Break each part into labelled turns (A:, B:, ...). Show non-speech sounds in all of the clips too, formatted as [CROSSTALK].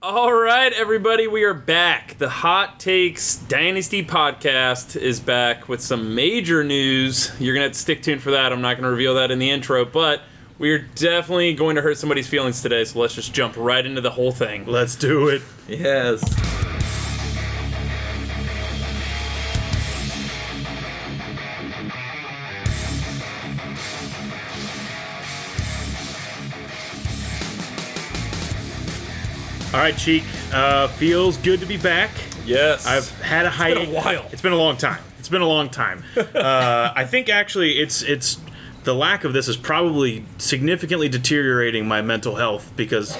A: All right, everybody, we are back. The Hot Takes Dynasty podcast is back with some major news. You're going to have to stick tuned for that. I'm not going to reveal that in the intro, but we are definitely going to hurt somebody's feelings today, so let's just jump right into the whole thing.
B: Let's do it.
C: Yes.
B: All right, Cheek. Uh, feels good to be back.
A: Yes.
B: I've had a hiatus.
A: a while.
B: It's been a long time. It's been a long time. uh, I think actually, it's it's the lack of this is probably significantly deteriorating my mental health because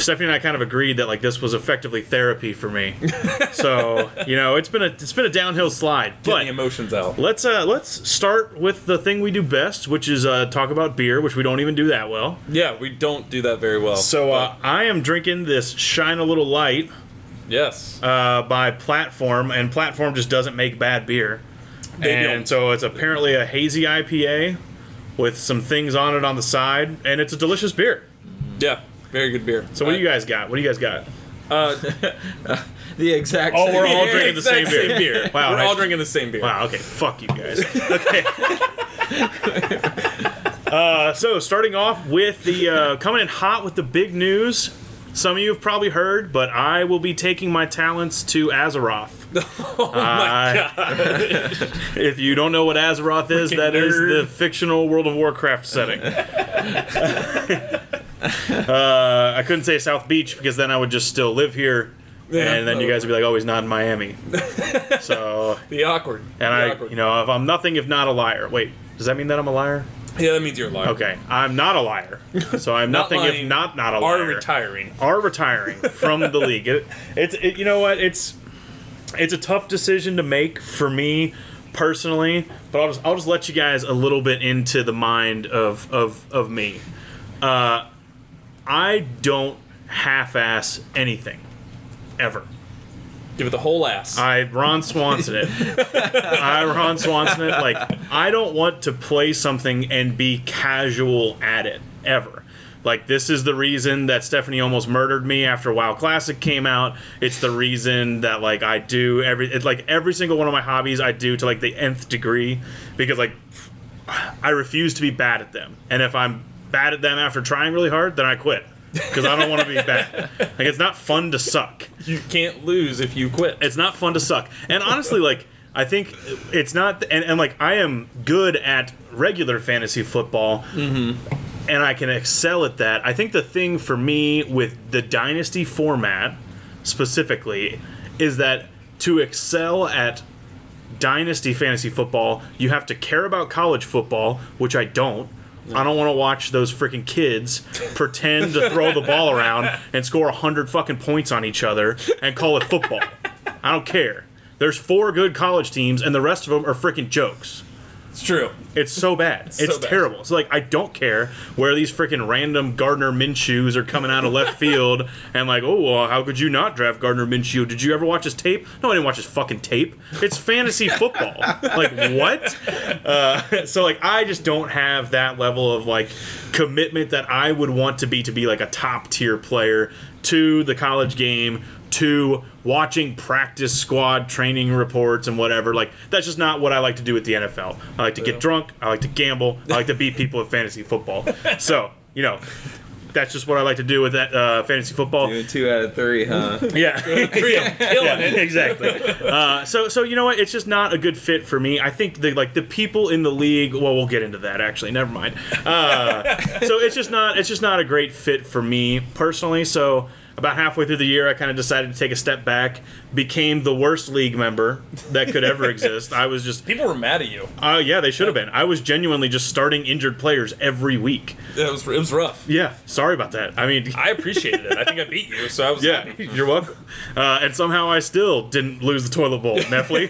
B: Stephanie and I kind of agreed that like this was effectively therapy for me. so you know, it's been a it's been a downhill slide.
A: Getting
B: But
A: emotions out.
B: Let's uh, let's start with the thing we do best, which is uh, talk about beer, which we don't even do that well.
A: Yeah, we don't do that very well.
B: So uh, I am drinking this Shine a Little Light
A: but yes.
B: uh, by Platform, and Platform just doesn't make bad beer.
A: They
B: and
A: don't.
B: so it's apparently a hazy IPA with some things on it on the side, and it's a delicious beer.
A: yeah, very good beer. Uh,
B: So what do you guys got? What do you guys got?
C: The exact
B: Oh,
C: same.
B: we're all
A: Yeah,
B: drinking the same
A: exact
B: beer.
A: same beer.
B: Wow,
A: We're
B: nice.
A: all drinking the same beer.
B: Wow. Okay. Fuck you guys. Okay. [LAUGHS] uh, so starting off with the uh, coming in hot with the big news. Some of you have probably heard, but I will be taking my talents to Azeroth.
A: [LAUGHS] Oh my
B: I-
A: god.
B: If you don't know what Azeroth is,
A: Freaking
B: that is
A: nerd.
B: the fictional World of Warcraft setting. uh, I couldn't say South Beach because then I would just still live here,
A: Yeah.
B: [LAUGHS] and then you guys would be like, "Oh, he's not
A: [LAUGHS]
B: in Miami." so,
A: The awkward. the
B: and I,
A: awkward.
B: you know, if I'm nothing if not a liar. Wait, does that mean that I'm a liar?
A: yeah, that means you're lying.
B: Okay, I'm not a liar. So I'm
A: Not
B: nothing
A: lying,
B: if not not a
A: Are
B: liar.
A: retiring.
B: are retiring from the league. It, it's it, you know what it's it's a tough decision to make for me personally, but I'll just I'll just let you guys a little bit into the mind of of of me. Uh, I don't half-ass anything ever.
A: Give it the whole ass.
B: I Ron Swanson it. I Ron Swanson it. Like I don't want to play something and be casual at it ever. Like this is the reason that Stephanie almost murdered me after WoW Classic came out. It's the reason that like I do every it's like every single one of my hobbies I do to like the nth degree because like I refuse to be bad at them. And if I'm bad at them after trying really hard, then I quit because I don't want to be bad. Like it's not fun to suck
A: you can't lose if you quit.
B: it's not fun to suck. And honestly, like I think it's not. And, and like I am good at regular fantasy football, and I can excel at that. I think the thing for me with the dynasty format specifically is that to excel at dynasty fantasy football, you have to care about college football, which I don't. I don't want to watch those freaking kids [LAUGHS] pretend to throw the ball around and score 100 fucking points on each other and call it football. I don't care. There's four good college teams, and the rest of them are freaking jokes.
A: It's true.
B: It's so bad. It's,
A: bad.
B: terrible. So like I don't care where these freaking random Gardner Minshews are coming out of left [LAUGHS] field and like, oh well, how could you not draft Gardner Minshew? Did you ever watch his tape? No, I didn't watch his fucking tape. It's fantasy football. like what? Uh, so like I just don't have that level of like commitment that I would want to be to be like a top tier player to the college game to watching practice squad training reports and whatever like that's just not what I like to do with the NFL. I like to get drunk, I like to gamble, I like to beat people at fantasy football. So, you know, that's just what I like to do with that uh, fantasy football.
C: Doing two out of three, huh?
B: Yeah.
A: Real killing
B: [LAUGHS] Yeah,
A: it.
B: exactly. Uh, so, so you know what? It's just not a good fit for me. I think the like the people in the league. Well, we'll get into that actually. Never mind. Uh, so it's just not it's just not a great fit for me personally. So about halfway through the year, I kind of decided to take a step back. Became the worst league member that could ever exist. I was just
A: [LAUGHS] People were mad at you.
B: uh, yeah, they should have been. I was genuinely just starting injured players every week.
A: It was it was rough.
B: Yeah, sorry about that. I mean.
A: I appreciated it. I think I beat you, so I was
B: yeah,
A: happy.
B: you're welcome. Uh, and somehow I still didn't lose the toilet
A: [LAUGHS]
B: bowl, Neffley.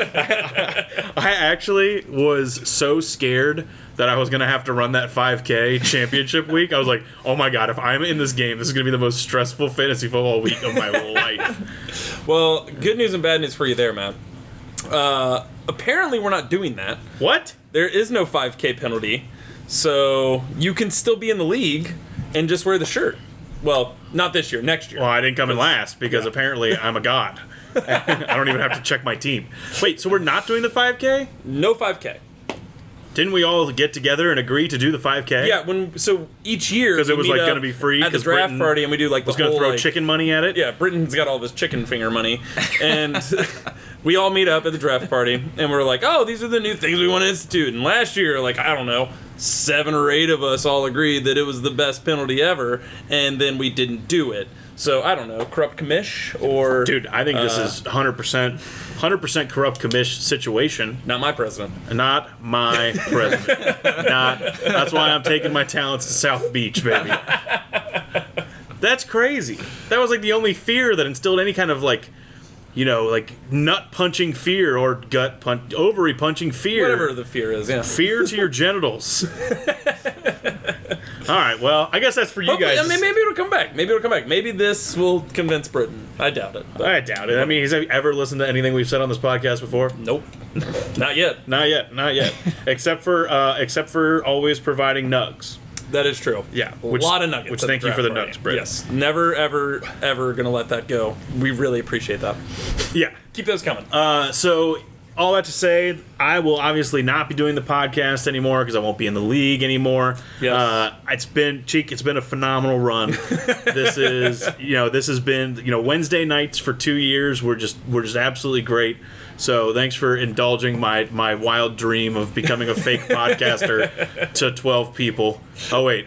B: I actually was so scared that I was gonna have to run that 5K championship week. I was like, "Oh my god, if I'm in this game, this is gonna be the most stressful fantasy football week of my life."
A: [LAUGHS] Well, good news and bad news for you there, Matt. Uh, apparently, we're not doing that.
B: What?
A: There is no 5K penalty, so you can still be in the league and just wear the shirt. Well, not this year, next year.
B: Well, I didn't come in last because apparently I'm a god. I don't even have to check my team. Wait, so we're not doing the 5K?
A: No 5K.
B: Didn't we all get together and agree to do the 5K?
A: Yeah, when so each year
B: 'Cause it
A: we
B: was,
A: meet
B: like,
A: up
B: gonna be free,
A: at the
B: 'cause
A: draft
B: Britain
A: party, and we do like the
B: I was going to
A: whole,
B: throw
A: like-
B: chicken money at it.
A: Yeah, Britain's got all this chicken finger
B: [LAUGHS]
A: money, and [LAUGHS] we all meet up at the draft party, and we're like, "Oh, these are the new things we want to institute." And last year, like I don't know, seven or eight of us all agreed that it was the best penalty ever, and then we didn't do it. So I don't know, corrupt commish or
B: Dude, I think this
A: Uh,
B: is 100% 100% corrupt commish situation.
A: not my president. [LAUGHS]
B: Not my president. Not. That's why I'm taking my talents to South Beach, baby. That's crazy. That was like the only fear that instilled any kind of like, you know, like nut punching fear or gut punch, ovary punching fear.
A: Whatever the fear is, yeah.
B: Fear to
A: [LAUGHS]
B: your genitals. All right. Well, I guess that's for you
A: Hopefully-
B: guys.
A: I mean, maybe it'll come back. Maybe it'll come back. Maybe this will convince Britain. I doubt it. But
B: I doubt it. I mean, has he ever listened to anything we've said on this podcast before?
A: nope, [LAUGHS] not yet.
B: Not yet. Not yet. except for uh, except for always providing nugs.
A: That is true.
B: Yeah,
A: a
B: which-
A: lot of nuggets.
B: which
A: at
B: thank you
A: draft
B: for the
A: party.
B: nuggets, Brett.
A: Yes, never, ever, ever gonna let that go. We really appreciate that.
B: Yeah.
A: Keep those coming.
B: Uh, so all that to say, I will obviously not be doing the podcast anymore because I won't be in the league anymore.
A: Yes.
B: Uh, it's been cheek. It's been a phenomenal
A: [LAUGHS]
B: run. this is you know this has been you know Wednesday nights for two years. We're just we're just absolutely great. So thanks for indulging my my wild dream of becoming
A: [LAUGHS]
B: a fake podcaster to twelve people. Oh wait.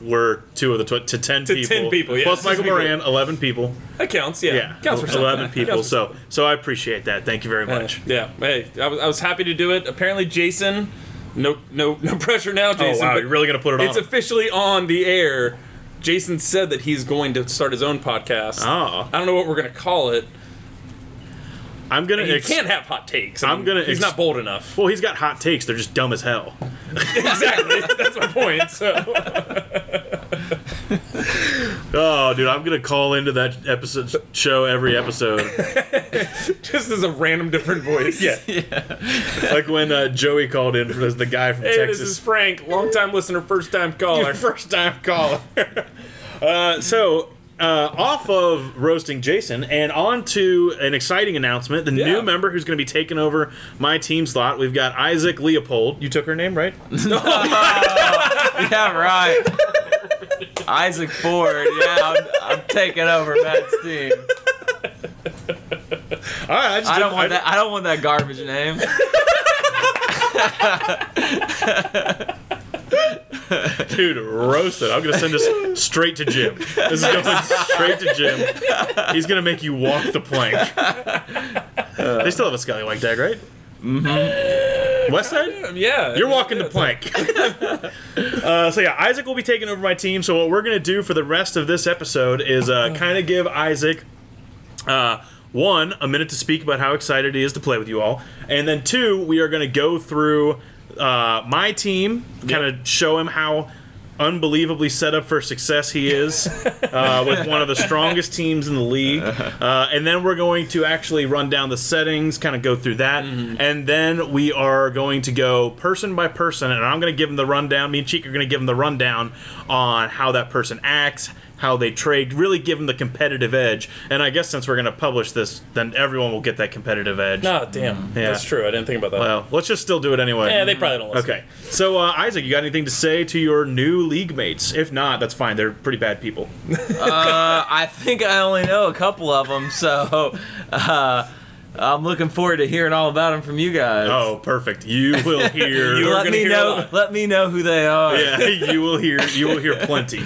B: We're two of the tw- to ten
A: To
B: people.
A: 10 people, yeah.
B: Plus Michael Moran, eleven people.
A: that counts. Yeah,
B: Yeah,
A: counts for something.
B: eleven people.
A: Counts for
B: So, so I appreciate that. Thank you very much.
A: something. yeah. Hey, I was, I was happy to do it. Apparently, Jason. No, no, no [LAUGHS] pressure now, Jason.
B: oh wow,
A: but
B: you're really gonna put it on.
A: it's officially on the air. Jason said that he's going to start his own podcast.
B: Oh.
A: I don't know what we're gonna call it.
B: I'm gonna.
A: You
B: ex-
A: can't have hot takes. I
B: I'm gonna
A: He's
B: ex-
A: not bold
B: [LAUGHS]
A: enough.
B: Well, he's got hot takes. They're just dumb as hell.
A: exactly. That's my point. So.
B: Oh, dude, I'm gonna call into that episode show every episode,
A: [LAUGHS] [LAUGHS] Just as a random different voice.
B: Yeah. like when uh, Joey called in as the guy from
A: Hey,
B: Texas.
A: this is Frank, longtime listener, [LAUGHS] first time caller.
B: first time caller. [LAUGHS] uh, so. Uh, off of roasting Jason and on to an exciting announcement. The
A: Yeah.
B: new member who's going to be taking over my team slot, we've got Isaac Leopold. You took her name,
A: [LAUGHS]
B: right?
C: Yeah, right. Isaac Ford. Yeah, I'm, I'm taking over Matt's team.
B: All right, I, just
C: I don't
B: did-
C: want that. I don't want that garbage name.
B: Dude, roasted. I'm gonna send this straight to Jim. This is going straight to Jim. He's gonna make you walk the plank. they still have a scallywag tag, right? Mm-hmm. West side?
A: Yeah.
B: You're walking the plank. [LAUGHS] uh, so yeah, Isaac will be taking over my team. So what we're gonna do for the rest of this episode is uh, kind of give Isaac uh, one, a minute to speak about how excited he is to play with you all. And then two, we are going to go through uh, my team, kind of show him how unbelievably set up for success he is uh, with one of the strongest teams in the league. Uh, and then we're going to actually run down the settings, kind of go through that. And then we are going to go person by person, and I'm going to give him the rundown. Me and Cheek are going to give him the rundown on how that person acts, how they trade, really give them the competitive edge. And I guess since we're going to publish this, then everyone will get that competitive edge.
A: Nah, damn.
B: Yeah.
A: That's true. I didn't think about that.
B: Well, let's just still do it anyway.
A: yeah, they probably don't listen.
B: okay. So, uh, Isaac, you got anything to say to your new league mates? If not, that's fine. They're pretty bad people.
C: Uh, I think I only know a couple of them, so uh, I'm looking forward to hearing all about them from you guys.
B: Oh, perfect. You
A: [LAUGHS]
B: will hear.
A: You are
C: let
A: gonna
C: me
A: hear a
C: know.
A: lot.
C: Let me know who they are.
B: [LAUGHS] yeah, you will hear. You will hear
A: [LAUGHS]
B: plenty.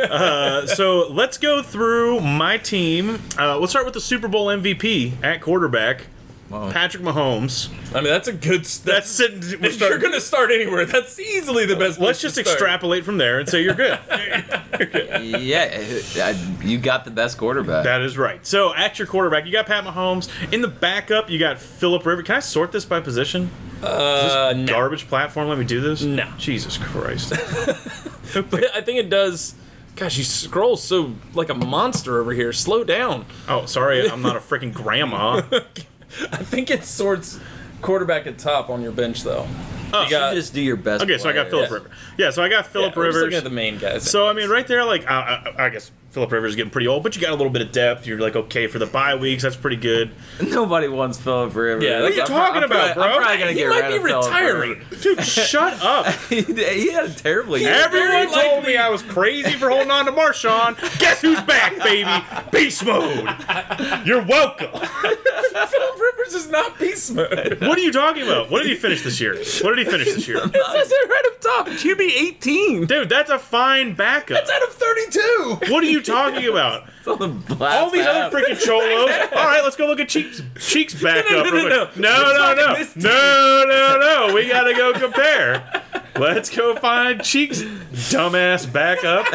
B: Uh, so let's go through my team. Uh, we'll start with the Super Bowl MVP at quarterback,
C: Wow.
B: Patrick Mahomes.
A: I mean, that's a good. St-
B: That's sitting. we're
A: if [LAUGHS] you're
B: starting-
A: gonna start anywhere, that's easily the best. place
B: Let's just
A: to start.
B: extrapolate from there and say you're
A: [LAUGHS]
B: good.
C: Yeah, I- you got the best quarterback.
B: that is right. So at your quarterback, you got Pat Mahomes. In the backup, you got Philip Rivers. Can I sort this by position?
A: Uh, no.
B: Garbage platform. Let me do this.
A: No.
B: Jesus
A: [LAUGHS]
B: Christ.
A: I think it does. Gosh, you scroll so like a monster over here. Slow down.
B: oh, sorry. I'm not a freaking grandma.
A: I think it sorts quarterback at top on your bench though.
B: Oh,
A: you
C: You
A: got,
C: just do your best.
B: Okay, so I got
C: player.
B: Philip Rivers. Yeah, so I got Philip
A: yeah, we're just
B: Rivers.
A: looking at the main guys.
B: So I mean, right there, like uh, I, I guess Philip Rivers is getting pretty old, but you got a little bit of depth. You're like, okay, for the bye weeks, that's pretty good.
C: [LAUGHS] Nobody wants Philip Rivers.
A: Yeah,
B: What are you
C: I'm pro-
B: talking
C: I'm
B: about,
C: probably-
B: bro?
C: I'm probably gonna
A: He
C: get
A: might
C: rid
A: be
C: of Philip
A: retiring.
C: Rivers.
B: Dude, shut up.
C: [LAUGHS] he had a terrible year.
B: Everyone
A: very
B: told
A: likely-
B: me I was crazy for holding on to Marshawn. Guess who's back, baby? Beast mode. You're welcome.
A: [LAUGHS] Philip Rivers is not beast mode.
B: What are you talking about? What did he finish this year? What did he finish this year?
A: It says it right up top. QB 18.
B: Dude, that's a fine backup.
A: That's out of 32.
B: What are you talking about?
C: All
B: All these
A: Uh, [LAUGHS]
B: other freaking cholos. All right, let's go look at Cheeks Cheeks back
A: No, no,
B: up. real
A: no,
B: quick. no, no,
A: We're
B: no,
A: talking this team.
B: no, no, no. We gotta go compare. Let's go find Cheeks dumbass back up.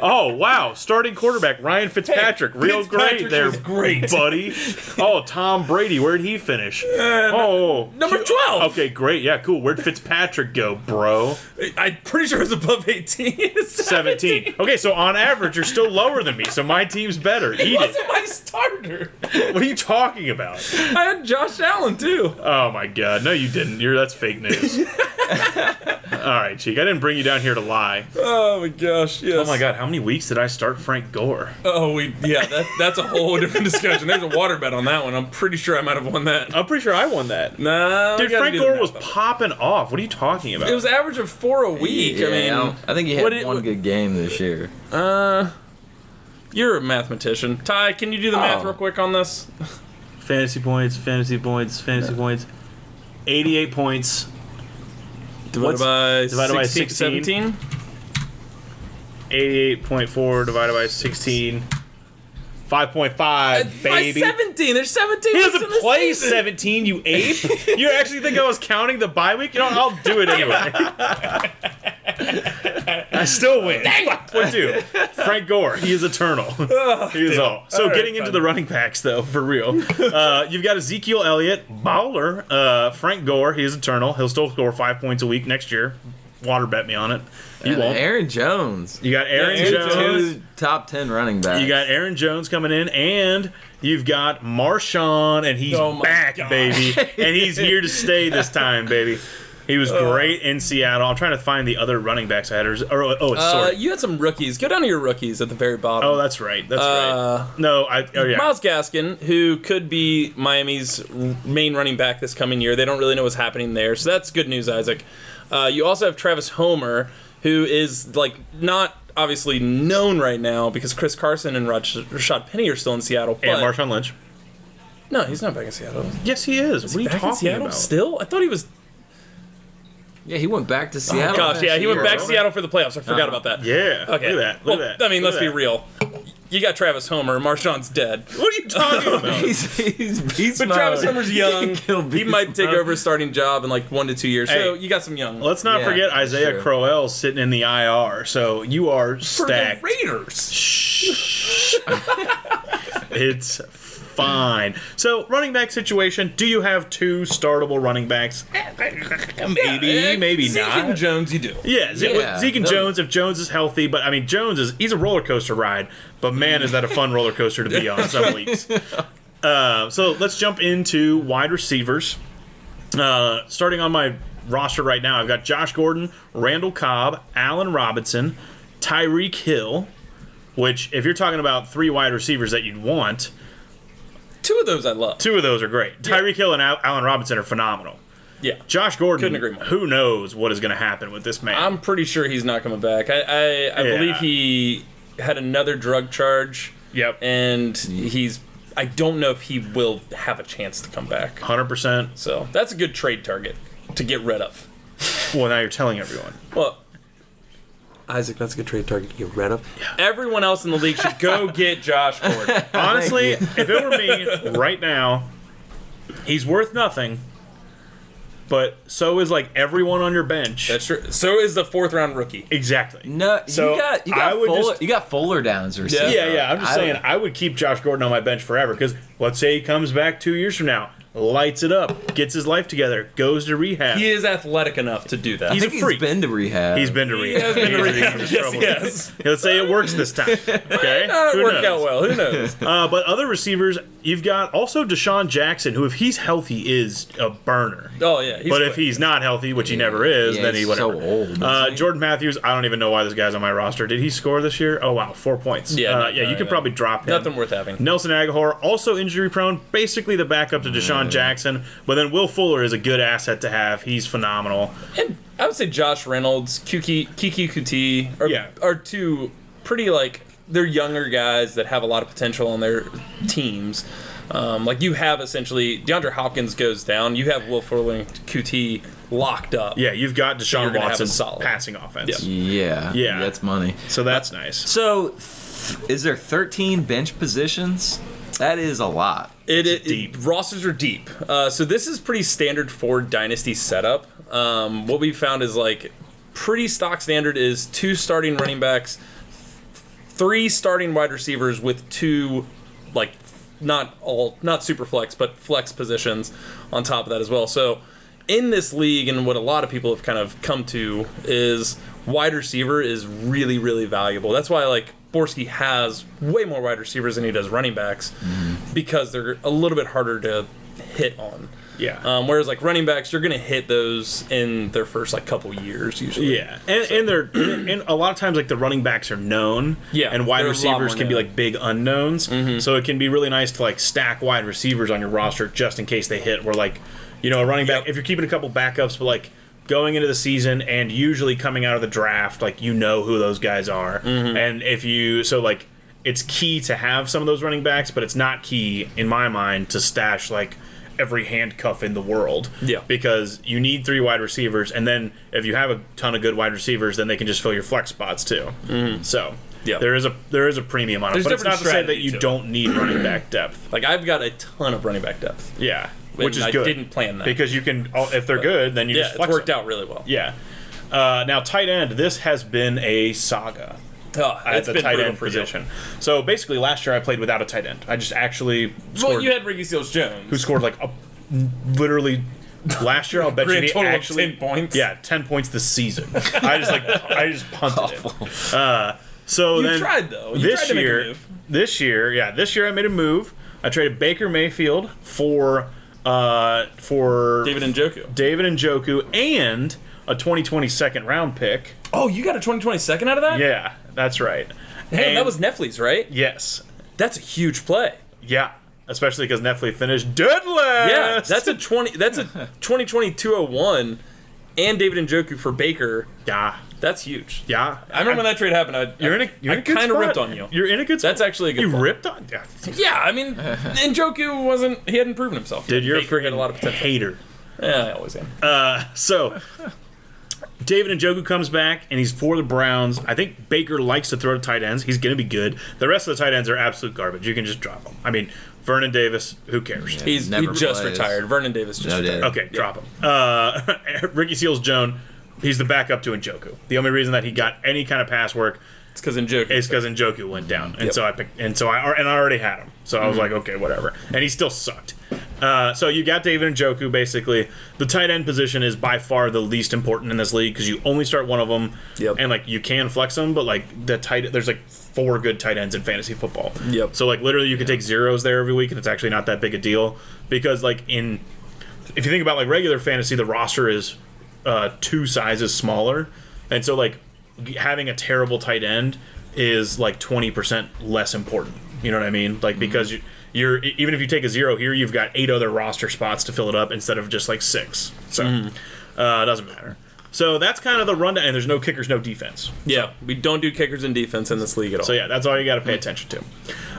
B: Oh wow, starting quarterback Ryan Fitzpatrick, real
A: Fitzpatrick
B: great there,
A: was great. Uh,
B: buddy. Oh Tom Brady, where'd he finish? oh.
A: Number 12.
B: Okay, great. Yeah, cool. Where'd Fitzpatrick go, bro?
A: I'm pretty sure it's above 18. [LAUGHS] It's 17.
B: 17. Okay, so on average, you're still lower than me, so my team's better. Eat it.
A: Wasn't my starter.
B: What are you talking about?
A: I had Josh Allen too.
B: Oh my god, no, you didn't. You're that's
A: [LAUGHS]
B: fake news. All right, cheek. I didn't bring you down here to lie.
A: Oh my gosh, yes.
B: Oh my god, how many weeks did I start Frank Gore?
A: Oh, we yeah, that, that's a whole different discussion. There's a water bet on that one. I'm pretty sure I might have won that.
B: I'm pretty sure I won that.
A: No,
B: Dude,
A: we gotta
B: Frank
A: do the
B: Gore
A: math
B: was
A: on that.
B: popping off. What are you talking about?
A: It was average of four a week.
C: Yeah,
A: I mean,
C: don't- I think he had
A: what it-
C: one good game this year.
A: Uh, you're a mathematician. Ty, can you do the math
C: Oh.
A: real quick on this?
B: fantasy points, fantasy points, fantasy points. 88 points,
A: Divided
B: What's-
A: by,
B: divided by
A: 16, 17?
B: 16? 88.4 divided by 16. 5.5, baby.
A: Uh, By 17. There's 17.
B: He
A: weeks
B: doesn't
A: in the
B: play
A: season. [LAUGHS]
B: 17, you ape. you actually think I was counting the bye week? You know, what? I'll do it anyway. I still win. [LAUGHS] What do? Frank Gore, he is eternal. he is all.
A: All
B: So
A: right,
B: getting into
A: fine.
B: the running backs, though, for real. Uh, you've got Ezekiel Elliott, Bowler, uh, Frank Gore, he is eternal. He'll still score five points a week next year. Water bet me on it. You
C: And
B: won't.
C: Aaron Jones.
B: You got Aaron,
A: Aaron
B: Jones.
C: Two top ten running backs.
B: You got Aaron Jones coming in, and you've got Marshawn, and he's
A: Oh my
B: back,
A: God. [LAUGHS]
B: baby, and he's here to stay this time, baby. He was
A: Oh.
B: great in Seattle. I'm trying to find the other running backs I had. Or, or- oh, it's
A: Uh,
B: Sork.
A: you had some rookies. Go down to your rookies at the very bottom.
B: Oh, that's right. That's
A: Uh,
B: right. No, I. Oh yeah.
A: Miles Gaskin, who could be Miami's r- main running back this coming year. They don't really know what's happening there, so that's good news, Isaac. Uh, you also have Travis Homer, who is like not obviously known right now because Chris Carson and Raj- Rashad Penny are still in Seattle. But
B: and Marshawn Lynch.
A: no, he's not back in Seattle.
B: Yes, he is. what are you
A: Back
B: talking
A: in Seattle
B: about?
A: still? I thought he was.
C: yeah, he went back to Seattle.
A: Oh, gosh, yeah, he went
C: last
A: back to
C: year.
A: Seattle for the playoffs. I forgot about that.
B: Uh, yeah.
A: Okay.
B: Look at that. Look
A: Well,
B: at that.
A: I mean,
B: Look
A: let's
B: at
A: be
B: that.
A: real. You got Travis Homer. Marshawn's dead.
B: What
A: [LAUGHS]
B: are you talking about?
C: [LAUGHS] He's, he's beast
A: But
C: mode.
A: Travis Homer's young.
C: He'll
A: he
C: beast
A: might take
C: mode.
A: over his starting job in like one to two years. so
B: Hey,
A: you got some young.
B: Let's not
C: Yeah,
B: forget
C: for
B: Isaiah
C: sure.
B: Crowell sitting in the IR. So you are
A: for the
B: stacked.
A: Raiders.
B: Shh. it's fine. So, running back situation. Do you have two startable running backs? Maybe,
A: Eh,
B: maybe
A: Zeke
B: not.
A: and Jones, you do.
B: yeah, Zeke,
C: Yeah.
B: Zeke and
C: No.
B: Jones. If Jones is healthy, but I mean Jones is he's a roller coaster ride. But man, is that a fun roller coaster to be
C: [LAUGHS]
B: on some weeks. Uh, so let's jump into wide receivers. Uh, starting on my roster right now, I've got Josh Gordon, Randall Cobb, Allen Robinson, Tyreek Hill. Which, if you're talking about three wide receivers that you'd want,
A: Two of those I love.
B: two of those are great. Tyreek Hill and Al- Allen Robinson are phenomenal.
A: Yeah.
B: Josh Gordon,
A: Couldn't agree more.
B: who knows what is going to happen with this man?
A: I'm pretty sure he's not coming back. I I, I
B: Yeah.
A: believe he had another drug charge.
B: Yep.
A: And he's. I don't know if he will have a chance to come back.
B: 100%.
A: So that's a good trade target to get rid of.
B: Well, now you're telling
A: [LAUGHS]
B: everyone.
A: Well, Isaac, that's a good trade target to get rid of. Everyone else in the league should
B: [LAUGHS]
A: go get Josh Gordon.
B: Honestly, if it were
A: [LAUGHS]
B: me right now, he's worth nothing. But so is like everyone on your bench.
A: That's true. So is the fourth round rookie.
B: exactly.
C: No,
B: So,
C: you got you
B: I
C: got
B: would
C: Fuller.
B: just-
C: you got Fuller Downs or something.
B: Yeah, yeah. I'm just
C: I-
B: saying I would keep Josh Gordon on my bench forever because let's say he comes back two years from now. lights it up, gets his life together, goes to rehab.
A: He is athletic enough to do that.
B: He's
C: I
B: a
C: think
B: freak.
C: he's been to rehab.
B: He's been to
A: [LAUGHS] He
B: rehab.
A: has been to
B: He's in
A: rehab. [LAUGHS] Yes,
B: trouble.
A: he has.
B: Let's say it works this
A: [LAUGHS]
B: time. Okay,
A: Not
B: Who
A: work
B: knows?
A: out well. Who
B: [LAUGHS]
A: knows?
B: Uh, but other receivers, you've got also Deshaun Jackson, who if he's healthy is a burner.
A: Oh yeah. He's
B: but
A: quick.
B: if he's not healthy, which he never is,
C: Yeah,
B: then he
C: he's
B: whatever.
C: so old, isn't
B: uh,
C: he?
B: Jordan Matthews, I don't even know why this guy's on my roster. Did he score this year? Oh wow, four points.
A: Yeah,
B: uh,
A: no,
B: yeah,
A: no,
B: you could
A: no.
B: probably drop him.
A: nothing worth having.
B: Nelson Aguilar also injury prone, basically the backup to Deshaun Jackson. But then Will Fuller is a good asset to have. He's phenomenal.
A: And I would say Josh Reynolds, Kiki Kiki Kuti are,
B: Yeah.
A: are two pretty like they're younger guys that have a lot of potential on their teams. Um, like you have essentially DeAndre Hopkins goes down, you have Will Fuller and Kuti locked up.
B: Yeah, you've got
A: you're
B: Deshaun
A: gonna have a
B: Watson's
A: solid-
B: passing offense.
A: Yeah.
C: yeah.
B: Yeah.
C: That's money.
B: So that's nice.
C: So, th- is there 13 bench positions? That is a lot.
A: It, it,
B: deep.
A: it- rosters are deep. Uh, so this is pretty standard for dynasty setup. Um, what we found is like pretty stock standard is two starting running backs, three starting wide receivers with two like not all not super flex but flex positions on top of that as well. So in this league and what a lot of people have kind of come to is wide receiver is really really valuable. That's why like Borski has way more wide receivers than he does running backs because they're a little bit harder to hit on.
B: Yeah.
A: Um, whereas like running backs, you're gonna hit those in their first like couple years usually.
B: Yeah, and, and they're and a lot of times like the running backs are known.
A: Yeah,
B: and wide
A: they're a lot
B: receivers
A: more
B: can be
A: known.
B: like big unknowns.
A: Mm-hmm.
B: So it can be really nice to like stack wide receivers on your roster just in case they hit. Where like, you know, a running back
A: Yep.
B: if you're keeping a couple backups, but like going into the season and usually coming out of the draft, like you know who those guys are,
A: Mm-hmm.
B: and if you so like. It's key to have some of those running backs, but it's not key, in my mind, to stash like every handcuff in the world
A: Yeah.
B: because you need three wide receivers, and then if you have a ton of good wide receivers, then they can just fill your flex spots too.
A: Mm-hmm.
B: So
A: Yeah.
B: there is a there is a premium on it,
A: There's
B: but it's not
A: different
B: to say that
A: strategy
B: you
A: to it.
B: don't need running back depth.
A: Like I've got a ton of running back depth.
B: [CLEARS THROAT] Yeah, which is
A: I
B: good.
A: didn't plan that.
B: because you can oh, if they're good, then you
A: yeah,
B: just
A: it's
B: flex
A: worked
B: them.
A: out really well.
B: Yeah. Uh, now tight end, this has been a saga
A: Oh,
B: at
A: it's
B: the
A: been
B: tight
A: brutal
B: end
A: for you.
B: position. So basically, last year I played without a tight end. I just actually
A: Well,
B: scored,
A: you had Ricky Seals
B: who
A: Jones.
B: scored like a, literally last year. I'll bet you
A: Grand
B: he
A: total of
B: actually
A: 10 points.
B: Yeah, ten points this season. I just like I just punted it. Uh, so
A: You
B: then
A: tried, though. You
B: this
A: tried to make a
B: year,
A: move.
B: this year, yeah, this year I made a move. I traded Baker Mayfield for uh for
A: David and Joku.
B: David and Joku and a 2020 second round pick.
A: Oh, you got a 2020 second out of that?
B: Yeah, that's right.
A: Hey,
B: And-
A: that was Netflix, right?
B: yes,
A: That's a huge play.
B: yeah. Especially because Netflix finished dead last.
A: Yeah, that's a 20. That's a
B: [LAUGHS]
A: 2020 201, and David and Joku for Baker.
B: yeah,
A: That's huge.
B: yeah.
A: I remember when that trade happened. I,
B: You're in a, you're
A: I
B: in a good
A: kind of
B: spot.
A: ripped on you.
B: You're in a good spot.
A: That's actually a good.
B: You
A: play.
B: ripped on. Yeah.
A: Yeah, I
C: [LAUGHS]
A: mean, and Joku wasn't. He hadn't proven himself.
B: Dude,
A: yet.
B: you're
A: Baker
B: a
A: had a lot of Uh, potential.
B: hater.
A: Yeah, I always am.
B: So, David Njoku comes back and he's for the Browns. I think Baker likes to throw to tight ends. He's going to be good. The rest of the tight ends are absolute garbage. You can just drop them. I mean, Vernon Davis, who cares?
A: He's he
C: never
A: just
C: plays.
A: retired. Vernon Davis just
C: No
A: retired.
C: doubt.
B: Okay, drop him. Uh, [LAUGHS] Ricky Seals Jones, he's the backup to Njoku. The only reason that he got any kind of pass work
A: It's because in Joku.
B: is because Njoku went down,
A: Yep.
B: and
A: Mm-hmm.
B: so I picked, and so I and I already had him, so I was like, okay, whatever, and he still sucked. Uh, so you got David Njoku. Basically, the tight end position is by far the least important in this league because you only start one of them,
A: Yep.
B: and like you can flex them, but like the tight there's like four good tight ends in fantasy football.
A: Yep.
B: So like literally, you could take zeros there every week, and it's actually not that big a deal because like in if you think about like regular fantasy, the roster is uh, two sizes smaller, and so like having a terrible tight end is like twenty percent less important. You know what I mean? Like because you, you're e- even if you take a zero here, you've got eight other roster spots to fill it up instead of just like six. So uh, it doesn't matter. So that's kind of the rundown. And there's no kickers, no defense.
A: Yeah, we don't do kickers and defense in this league at all.
B: So yeah, that's all you got to pay attention to.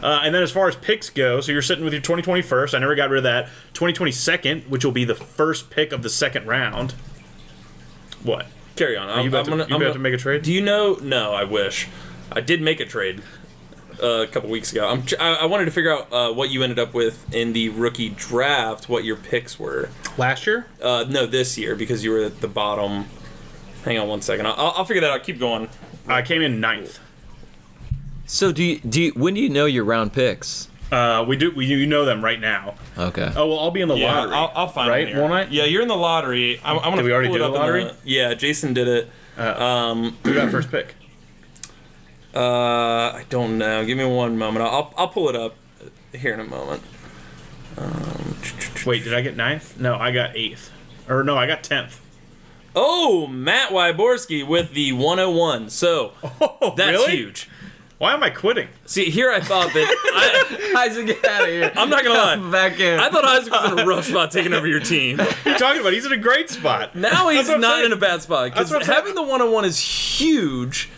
B: Uh, and then as far as picks go, so you're sitting with your 2020 first. I never got rid of that. 2020 second, which will be the first pick of the second round. What?
A: Carry on. I'm,
B: you about
A: I'm
B: to-
A: gonna,
B: you
A: I'm
B: about
A: gonna-
B: to make a trade?
A: Do you know? No, I wish. I did make a trade uh, a couple weeks ago. I'm, tr- I, I wanted to figure out uh, what you ended up with in the rookie draft, what your picks were.
B: Last year?
A: Uh, no, this year because you were at the bottom. Hang on one second. I'll, I'll I'll figure that out. Keep going.
B: I came in ninth.
C: So do you, do you, when do you know your round picks?
B: Uh, Uh, we do. We, you know them right now.
C: Okay.
B: Oh well, I'll be in the
D: Yeah,
B: lottery.
D: I'll, I'll find
B: right?
D: it. here.
B: Won't I?
D: Yeah, you're in the lottery. I, I'm gonna
B: Did we already
A: Pull it
B: do the
A: up in
B: lottery?
A: yeah, Jason did it. um,
B: Uh, Who got first pick?
A: uh, I don't know. Give me one moment. I'll I'll pull it up here in a moment. Um,
B: Wait, did I get ninth? No, I got eighth. Or no, I got tenth.
A: Oh, Matt Wyborski with the 101. So
B: [LAUGHS] Oh,
A: that's
B: really?
A: huge.
B: Why am I quitting?
A: See, here I thought that I,
B: Oh.
C: [LAUGHS] Isaac, get out
B: [LAUGHS]
C: of here.
A: I'm not gonna lie. [LAUGHS]
C: Come back in.
A: I thought Isaac was in a rough spot taking over your team.
B: What are you talking about? He's in a
A: [LAUGHS]
B: great spot.
A: Now he's
B: That's what I'm
A: not
B: saying.
A: in a bad spot because
B: That's what I'm saying.
A: having the one on one is huge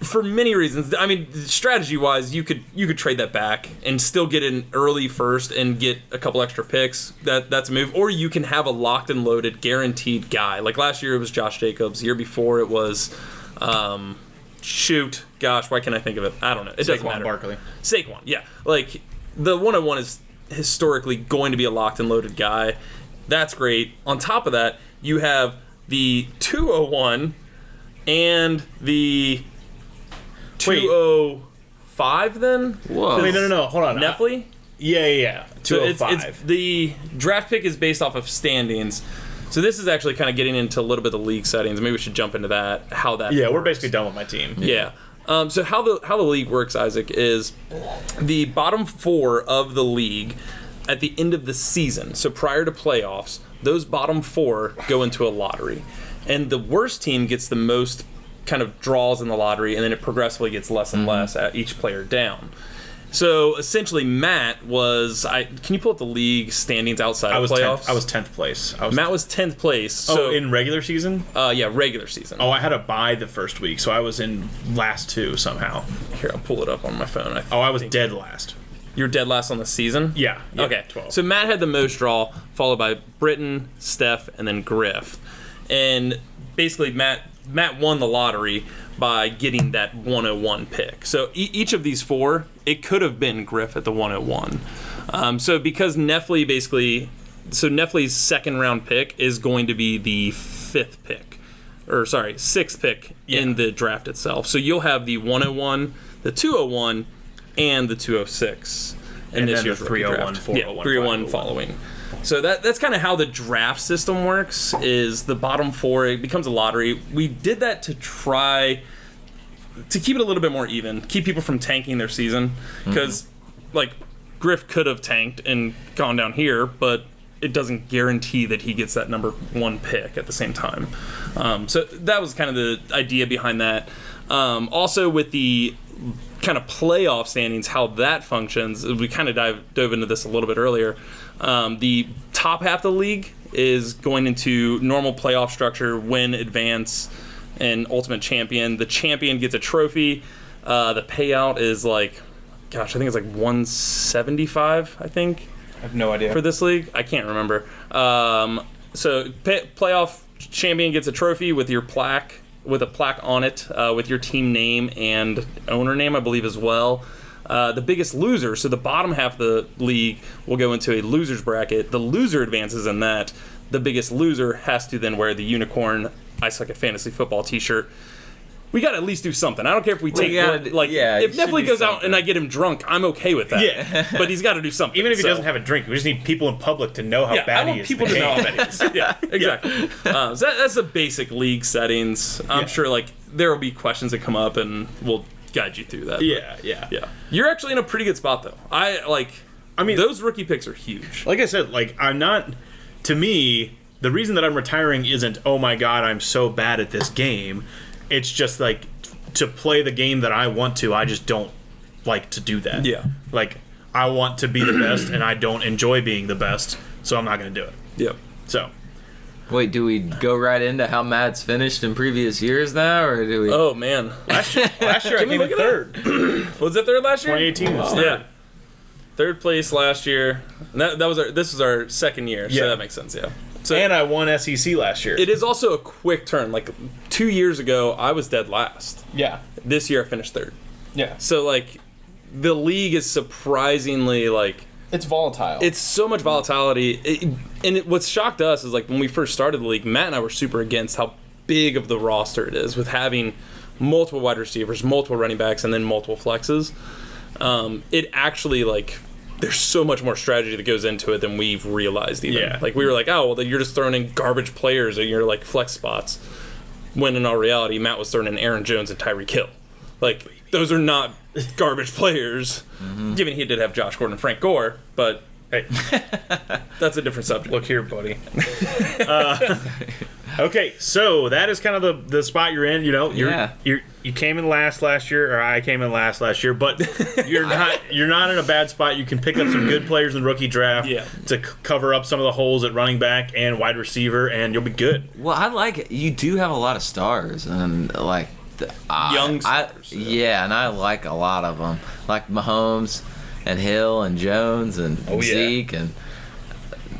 A: for many reasons. I mean, strategy wise, you could you could trade that back and still get an early first and get a couple extra picks. That that's a move. Or you can have a locked and loaded, guaranteed guy. Like last year, it was Josh Jacobs. The year before, it was. Um, Shoot, gosh, why can't I think of it? I don't know. It doesn't matter.
B: Barkley.
A: Saquon, yeah. Like the 101 is historically going to be a locked and loaded guy. That's great. On top of that, you have the 201 and the
B: Wait.
A: uh, 205 then?
C: Whoa.
B: Wait, no, no, no. Hold on.
A: Nepley?
B: Yeah, yeah, yeah.
A: So
B: Two oh
A: it's,
B: five.
A: it's the draft pick is based off of standings. So this is actually kind of getting into a little bit of the league settings. Maybe we should jump into that. How that
B: Yeah, we're basically done with my team.
A: yeah. Um, so how the how the league works, Isaac, is the bottom four of the league at the end of the season. So prior to playoffs, those bottom four go into a lottery, and the worst team gets the most kind of draws in the lottery, and then it progressively gets less
B: Mm-hmm.
A: and less at each player down. So essentially, Matt was. I can you pull up the league standings outside
B: I
A: of
B: was
A: playoffs?
B: tenth. I was tenth place. I was
A: Matt was tenth place. So
B: oh, in regular season.
A: uh, yeah, regular season.
B: Oh, I had a bye the first week, so I was in last two somehow.
A: Here, I'll pull it up on my phone. I
B: Oh, I was dead last.
A: You're dead last on the season?
B: Yeah, yeah,
A: okay.
B: 12.
A: So Matt had the most draw, followed by Britton, Steph, and then Griff. And basically, Matt Matt won the lottery by getting that 101 pick. So e- each of these four, it could have been Griff at the 101. Um, so because Nefli basically, so Nefli's second round pick is going to be the fifth pick, or sorry, sixth pick in the draft itself. So you'll have the 101, the 201, and the 206 and this
B: then
A: year's
B: the
A: rookie
B: 301,
A: draft.
B: 401,
A: yeah, 301
B: 501.
A: following. So that that's kind of how the draft system works. Is the bottom four it becomes a lottery. We did that to try to keep it a little bit more even, keep people from tanking their season because like Griff could have tanked and gone down here, but it doesn't guarantee that he gets that number one pick at the same time. Um, so that was kind of the idea behind that. Um, also, with the kind of playoff standings, how that functions, we kind of dive, dove into this a little bit earlier. Um, the top half of the league is going into normal playoff structure win, advance, and ultimate champion. The champion gets a trophy. Uh, the payout is like gosh, I think it's like 175, I think,
D: I have no idea.
A: for this league. I can't remember. Um, so pay, playoff champion gets a trophy with your plaque, with a plaque on it, uh, with your team name and owner name, I believe, as well. Uh, the biggest loser, so the bottom half of the league will go into a losers bracket. The loser advances in that. The biggest loser has to then wear the unicorn I suck at fantasy football T-shirt. We got to at least do something. I don't care if we take
C: gotta
A: one-
C: d-
A: like
C: yeah,
A: if
C: you should
A: Netflix
C: do
A: goes out
C: something.
A: and I get him drunk, I'm okay with that.
B: Yeah.
A: but he's got to do something.
B: Even if he
A: so-
B: doesn't have a drink, we just need people in public to know how
A: yeah,
B: bad
A: I want
B: he is.
A: people
B: in
A: to
B: [LAUGHS] the
A: know how
B: game.
A: bad he is. [LAUGHS] Yeah, exactly. Uh, so that, that's the basic league settings. I'm
B: Yeah.
A: sure like there will be questions that come up, and we'll guide you through that.
B: Yeah, yeah,
A: yeah. You're actually in a pretty good spot though. I like.
B: I mean,
A: those rookie picks are huge.
B: like I said, like I'm not. To me, the reason that I'm retiring isn't oh my god, I'm so bad at this game. It's just like to play the game that I want to. I just don't like to do that.
A: Yeah.
B: Like I want to be the best, and I don't enjoy being the best, so I'm not going to do it.
A: Yep.
B: So
C: Wait, do we go right into how Matt's finished in previous years now, or do we?
A: Oh man,
B: last year, last year I
A: [LAUGHS] Can we
B: came in
A: look at that?
B: third.
A: was that third last year?
B: 2018 was
A: Yeah. Third place last year. And that, that was our. This is our second year, so
B: Yeah.
A: that makes sense. Yeah. So
B: And I won SEC last year.
A: it is also a quick turn. Like two years ago, I was dead last.
B: yeah.
A: This year, I finished third.
D: yeah,
A: So like, the league is surprisingly like
D: it's volatile.
A: it's so much volatility. It, and it, what's shocked us is like when we first started the league, Matt and I were super against how big of the roster it is with having multiple wide receivers, multiple running backs, and then multiple flexes. Um, it actually like there's so much more strategy that goes into it than we've realized even.
B: Yeah.
A: Like we were like, oh well, you're just throwing in garbage players or you're like flex spots. When in all reality, Matt was throwing in Aaron Jones and Tyree Kill. Like those are not garbage players. Given he did have Josh Gordon and Frank Gore, but
B: Hey,
A: that's a different subject.
B: look here, buddy. [LAUGHS] uh, okay, so that is kind of the, the spot you're in. You know, you're,
C: Yeah.
B: you're you came in last last year, or I came in last last year, but
C: [LAUGHS]
B: you're not you're not in a bad spot. You can pick up some good players in the rookie draft
A: Yeah.
B: to c- cover up some of the holes at running back and wide receiver, and you'll be good.
C: Well, I like it. You do have a lot of stars, and like the, I,
A: Young
C: I-
A: stars,
C: yeah. and I like a lot of them, like Mahomes and Hill and Jones and
B: yeah.
C: Zeke and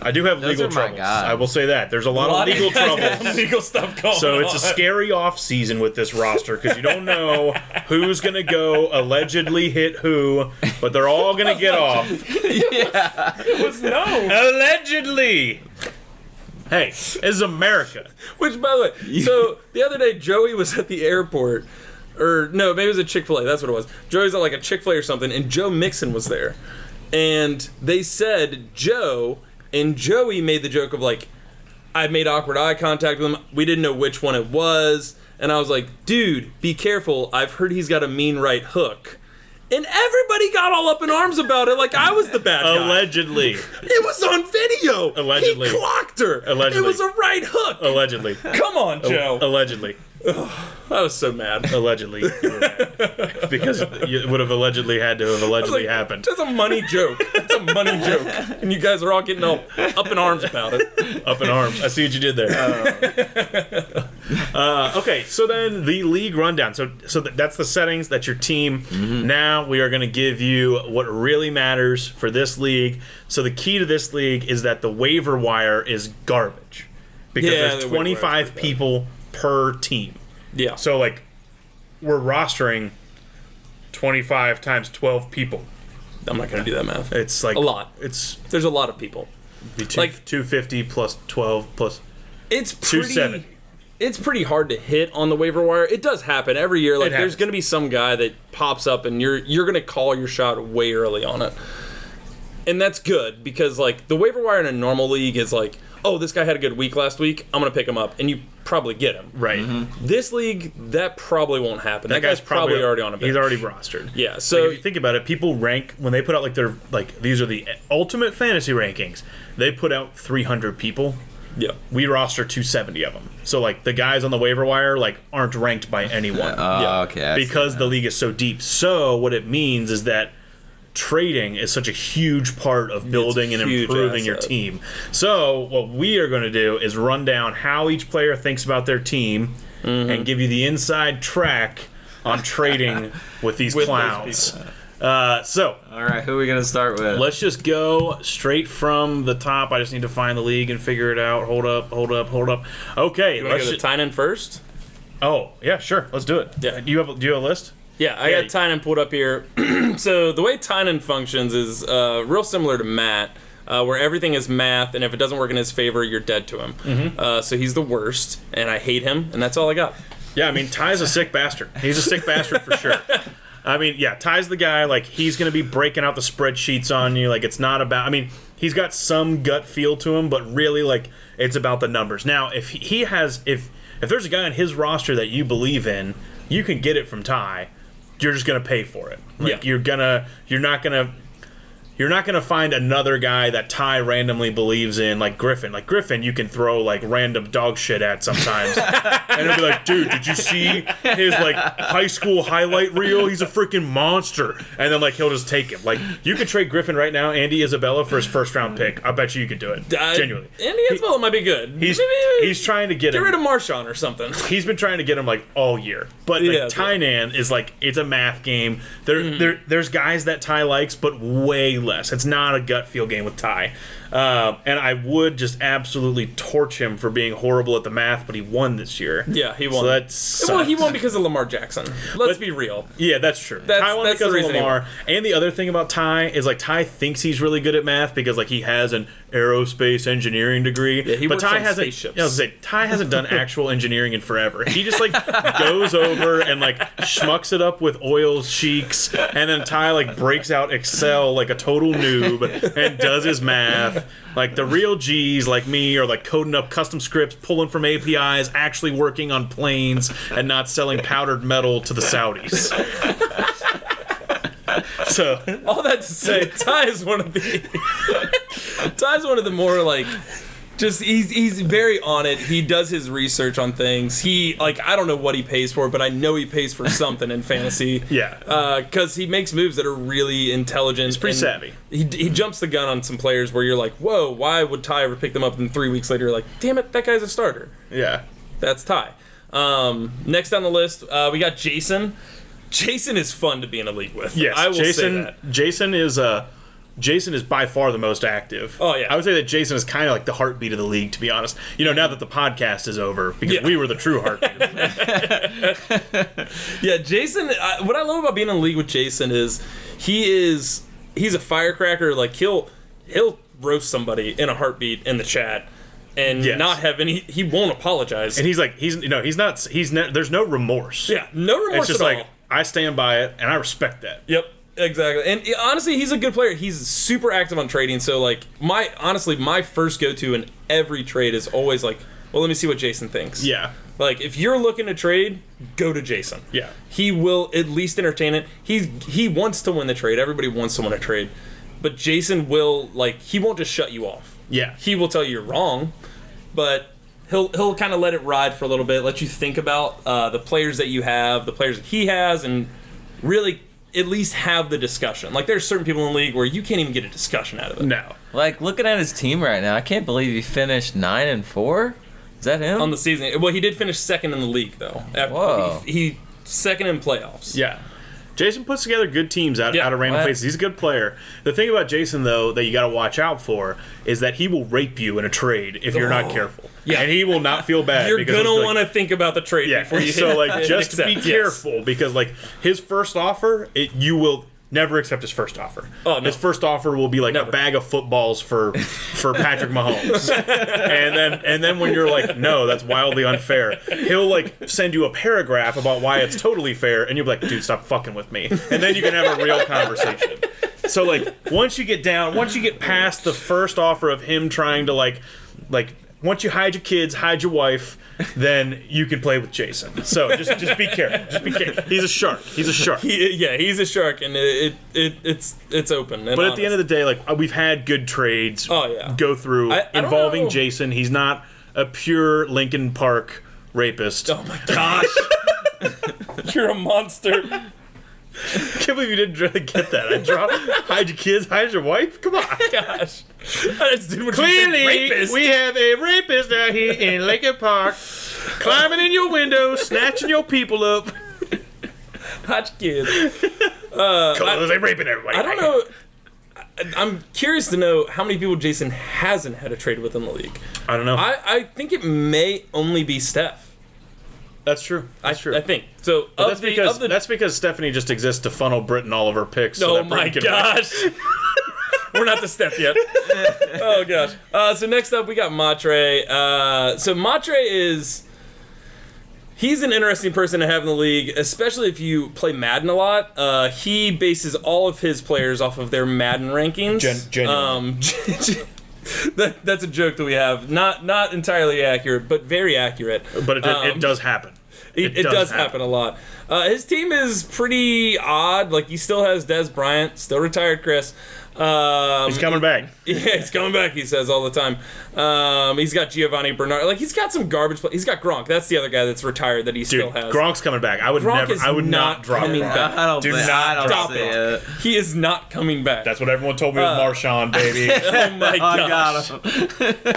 B: I do have
C: Those
B: legal
C: are my
B: troubles.
C: guys.
B: I will say that there's a lot, of [LAUGHS] legal troubles.
A: [LAUGHS] legal stuff going
B: So it's a
A: on.
B: scary off season with this roster because you don't know who's gonna go allegedly hit who, but they're all gonna get off
A: no.
B: allegedly. Hey, this is America.
A: Which, by the way, so the other day Joey was at the airport, or no, maybe it was a Chick Fil A. That's what it was. Joey's at like a Chick Fil A or something, and Joe Mixon was there, and they said Joe, and Joey made the joke of like, I made awkward eye contact with him. We didn't know which one it was, and I was like, dude, be careful. I've heard he's got a mean right hook. And everybody got all up in arms about it, like I was the bad guy.
B: Allegedly,
A: it was on video.
B: Allegedly.
A: he clocked her.
B: Allegedly. Oh.
A: it was a right hook.
B: allegedly,
A: Come on, Joe.
B: allegedly, Oh.
A: I was so mad. [LAUGHS]
B: allegedly, you were mad. because it would have allegedly had to have allegedly
A: Like,
B: happened.
A: That's a money joke. That's a money joke. And you guys are all getting all up in arms about it.
B: Up in arms. I see what you
A: [LAUGHS]
B: did there. Uh, okay, so then the league rundown. So so th- that's the settings. That's your team.
A: Mm-hmm.
B: Now we are going to give you what really matters for this league. So the key to this league is that the waiver wire is garbage because
A: Yeah,
B: there's
A: the waiver wire is
B: 25 people per team.
A: Yeah. So
B: So like we're rostering 25 times 12 people.
A: I'm not gonna do that math.
B: It's like
A: A lot.
B: It's
A: There's a lot of people.
B: be two,
A: Like-
B: 250 plus 12 plus
A: It's
B: two
A: pretty.
B: seven.
A: It's pretty hard to hit on the waiver wire. It does happen every year. Like
B: It happens.
A: there's gonna be some guy that pops up and you're you're gonna call your shot way early on it. And that's good because like the waiver wire in a normal league is like, oh, this guy had a good week last week. I'm gonna pick him up, and you probably get him.
B: Right.
A: This league, that probably won't happen. That,
B: That
A: guy's, probably, already on a bench.
B: He's already rostered.
A: Yeah,
B: Like,
A: so
B: if you think about it, people rank when they put out like their like these are the ultimate fantasy rankings. They put out 300 people.
A: yeah,
B: We roster 270 of them. So like the guys on the waiver wire like aren't ranked by anyone
C: oh,
A: Yeah,
C: okay, I see.
B: because the league is so deep. So what it means is that trading is such a huge part of building and
A: huge
B: improving your
A: asset.
B: team. So what we are going to do is run down how each player thinks about their team
A: Mm-hmm.
B: and give you the inside track
A: [LAUGHS]
B: on trading with these
A: With those
B: clowns. Uh, so
C: all right, who are we gonna start with?
B: let's just go straight from the top. I just need to find the league and figure it out. Hold up, hold up, hold up. Okay,
A: you want
B: let's.
A: to go
B: ju-
A: to Tynan first?
B: oh yeah, sure. Let's do it.
A: Yeah.
B: Do you have a, do you have a list?
A: Yeah, I
B: Yeah.
A: got Tynan pulled up here. [CLEARS THROAT] so the way Tynan functions is uh, real similar to Matt, uh, where everything is math, and if it doesn't work in his favor, you're dead to him.
B: Mm-hmm.
A: Uh, so he's the worst, and I hate him, and that's all I got.
B: Yeah, I mean, Ty's a sick bastard. He's a sick bastard for sure. I mean, yeah, Ty's the guy. Like, he's gonna be breaking out the spreadsheets on you. Like, it's not about. I mean, he's got some gut feel to him, but really, like, it's about the numbers. Now, if he- he has, if if there's a guy on his roster that you believe in, you can get it from Ty. You're just gonna pay for it. Like,
A: Yeah.
B: you're gonna, you're not gonna you're not gonna find another guy that Ty randomly believes in, like Griffin. Like Griffin, you can throw like random dog shit
A: [LAUGHS]
B: at sometimes, and he'll be like, "Dude, did you see his like high school highlight reel? He's a freaking monster!" And then like he'll just take him. Like you could trade Griffin right now, Andy Isabella for his first round pick. I bet you you could do it.
A: I,
B: Genuinely,
A: Andy Isabella might be good.
B: he's
A: Maybe-
B: he's trying to get
A: get
B: him
A: rid of Marshawn or something.
B: he's been trying to get him like all year. But like
A: Yeah, yeah. Mm-hmm.
B: Tynan is like it's a math game. There there there's guys that Ty likes, but way less. It's not a gut feel game with Ty. Uh, and I would just absolutely torch him for being horrible at the math, but he won this year.
A: Yeah, he won.
B: So that's
A: well, he won because of Lamar Jackson.
B: [LAUGHS]
A: Let's be real.
B: yeah, that's true.
A: That's-
B: Ty won
A: that's the
B: because of
A: reason he
B: Lamar. And the other thing about Ty is like Ty thinks he's really good at math because like he has an aerospace engineering degree. Yeah,
A: he
B: but
A: works
B: Ty
A: on
B: hasn't.
A: spaceships.
B: Yeah, I was gonna say, Ty
A: [LAUGHS]
B: hasn't done actual engineering in forever. He just like goes over and like schmucks it up with oil sheiks, and then Ty like breaks out Excel like a total total noob and does his math. Like the real G's, like me, are like coding up custom scripts, pulling from APIs, actually working on planes, and not selling powdered metal to the Saudis. [LAUGHS] so
A: All that to
B: [LAUGHS]
A: say, Ty is one of the Ty's one of the more like just he's he's very on it. He does his research on things. He like I don't know what he pays for, but I know he pays for something in fantasy.
B: [LAUGHS] yeah,
A: Uh, because he makes moves that are really intelligent. He's
B: pretty savvy.
A: He, he jumps the gun on some players where you're like, whoa, why would Ty ever pick them up? And three weeks later, you're like, damn it, that guy's a starter.
B: yeah.
A: That's Ty. Um, next on the list, uh, we got Jason. Jason is fun to be in a league with.
B: Yes,
A: I will
B: Jason.
A: say that.
B: Jason is uh, Jason is by far the most active.
A: Oh, yeah.
B: I would say that Jason is kind of like the heartbeat of the league, to be honest. You know, now that the podcast is over, because
A: Yeah.
B: we were the
A: [LAUGHS]
B: true heartbeat.
A: Yeah, Jason. I, what I love about being in a league with Jason is he is he's a firecracker. Like he'll he'll roast somebody in a heartbeat in the chat and
B: Yes.
A: not have any. He won't apologize.
B: and he's like, he's you know, he's not, he's ne- there's no remorse.
A: yeah, no remorse
B: it's just
A: at
B: like
A: all.
B: I stand by it, and I respect that.
A: Yep, exactly. And eh, honestly, he's a good player. He's super active on trading. So like my honestly, my first go to in every trade is always like, well, let me see what Jason thinks.
B: Yeah,
A: Like if you're looking to trade, go to Jason.
B: yeah.
A: He will at least entertain it. He's he wants to win the trade. Everybody wants to win a trade. But Jason will like he won't just shut you off.
B: Yeah,
A: He will tell you you're wrong, but he'll he'll kind of let it ride for a little bit, let you think about uh, the players that you have, the players that he has, and really at least have the discussion. Like there's certain people in the league where you can't even get a discussion out of it.
B: no,
C: Like looking at his team right now, I can't believe he finished nine and four. Is that him?
A: On the season, well, he did finish second in the league though. After-
C: Whoa.
A: He, he second in playoffs.
B: yeah. Jason puts together good teams out,
A: Yeah.
B: out of random
C: What?
B: places. He's a good player. The thing about Jason, though, that you got to watch out for is that he will rape you in a trade if you're
A: Oh.
B: not careful.
A: Yeah.
B: and he will not feel bad.
A: You're
B: because
A: gonna
B: he's like-
A: want to think about the trade
B: Yeah. [LAUGHS]
A: before you.
B: so
A: hit-
B: like, just
A: accept,
B: be
A: yes.
B: careful because like his first offer, it you will never accept his first offer.
A: Oh, no.
B: His first offer will be like
A: Never.
B: a bag of footballs for for
A: [LAUGHS]
B: Patrick Mahomes, and then and then when you're like, no, that's wildly unfair. He'll like send you a paragraph about why it's totally fair, and you'll be like, dude, stop fucking with me, and then you can have a real conversation. So like once you get down, once you get past the first offer of him trying to like like once you hide your kids, hide your wife, then you can play with Jason. So just just be careful. Just be careful. He's a shark. He's a shark.
A: He- [LAUGHS] yeah, he's a shark, and it, it, it it's it's open.
B: But at the end of the day, like uh, we've had good trades
A: Oh, yeah.
B: go through
A: I- I don't know.
B: involving Jason. He's not a pure Lincoln Park rapist.
A: oh my gosh, [LAUGHS] you're a monster.
B: [LAUGHS] I can't believe you didn't really get that. I draw hide your kids, hide your wife. Come on.
A: Gosh, I just did what you said,
B: Clearly,
A: rapist.
B: we have a rapist out here in Lincoln Park, climbing in your window, snatching your people up.
A: hot kids.
B: Cause they're raping everybody.
A: Uh, I don't know. I- I'm curious to know how many people Jason hasn't had a trade with in the league.
B: I don't know.
A: I, I think it may only be Steph.
B: that's true. That's
A: I,
B: true.
A: I think so. Of
B: that's
A: the,
B: because
A: of the,
B: that's because Stephanie just exists to funnel Britain all of her picks. so
A: oh
B: that
A: my
B: Britain can-
A: gosh. We're not to step yet. oh gosh. Uh, so next up we got Matre. Uh, so Matre is he's an interesting person to have in the league, especially if you play Madden a lot. Uh, he bases all of his players off of their Madden rankings.
B: Gen- genuine.
A: Um, [LAUGHS] that, that's a joke that we have. Not not entirely accurate, but very accurate.
B: [LAUGHS] But it, did-
A: Um,
B: it does happen.
A: it, it does, happen. a lot. Uh, his team is pretty odd. Like he still has Des Bryant, still retired Chris. Um,
B: He's coming back.
A: [LAUGHS] yeah, he's coming back. He says all the time. Um, he's got Giovanni Bernard. Like he's got some garbage. Play- he's got Gronk. That's the other guy that's retired that he still
B: Dude,
A: has.
B: Gronk's coming back. I would
A: Gronk
B: never.
A: is
B: I would
A: not
B: not drop
A: coming
B: Gronk.
A: back.
C: I don't,
B: Do
C: think-
B: not
C: I
B: drop
C: don't see it.
A: He is not coming back.
B: That's what everyone told me
A: Uh.
B: with Marshawn,
A: [LAUGHS]
B: baby.
A: oh my
C: I
A: gosh.
C: got him.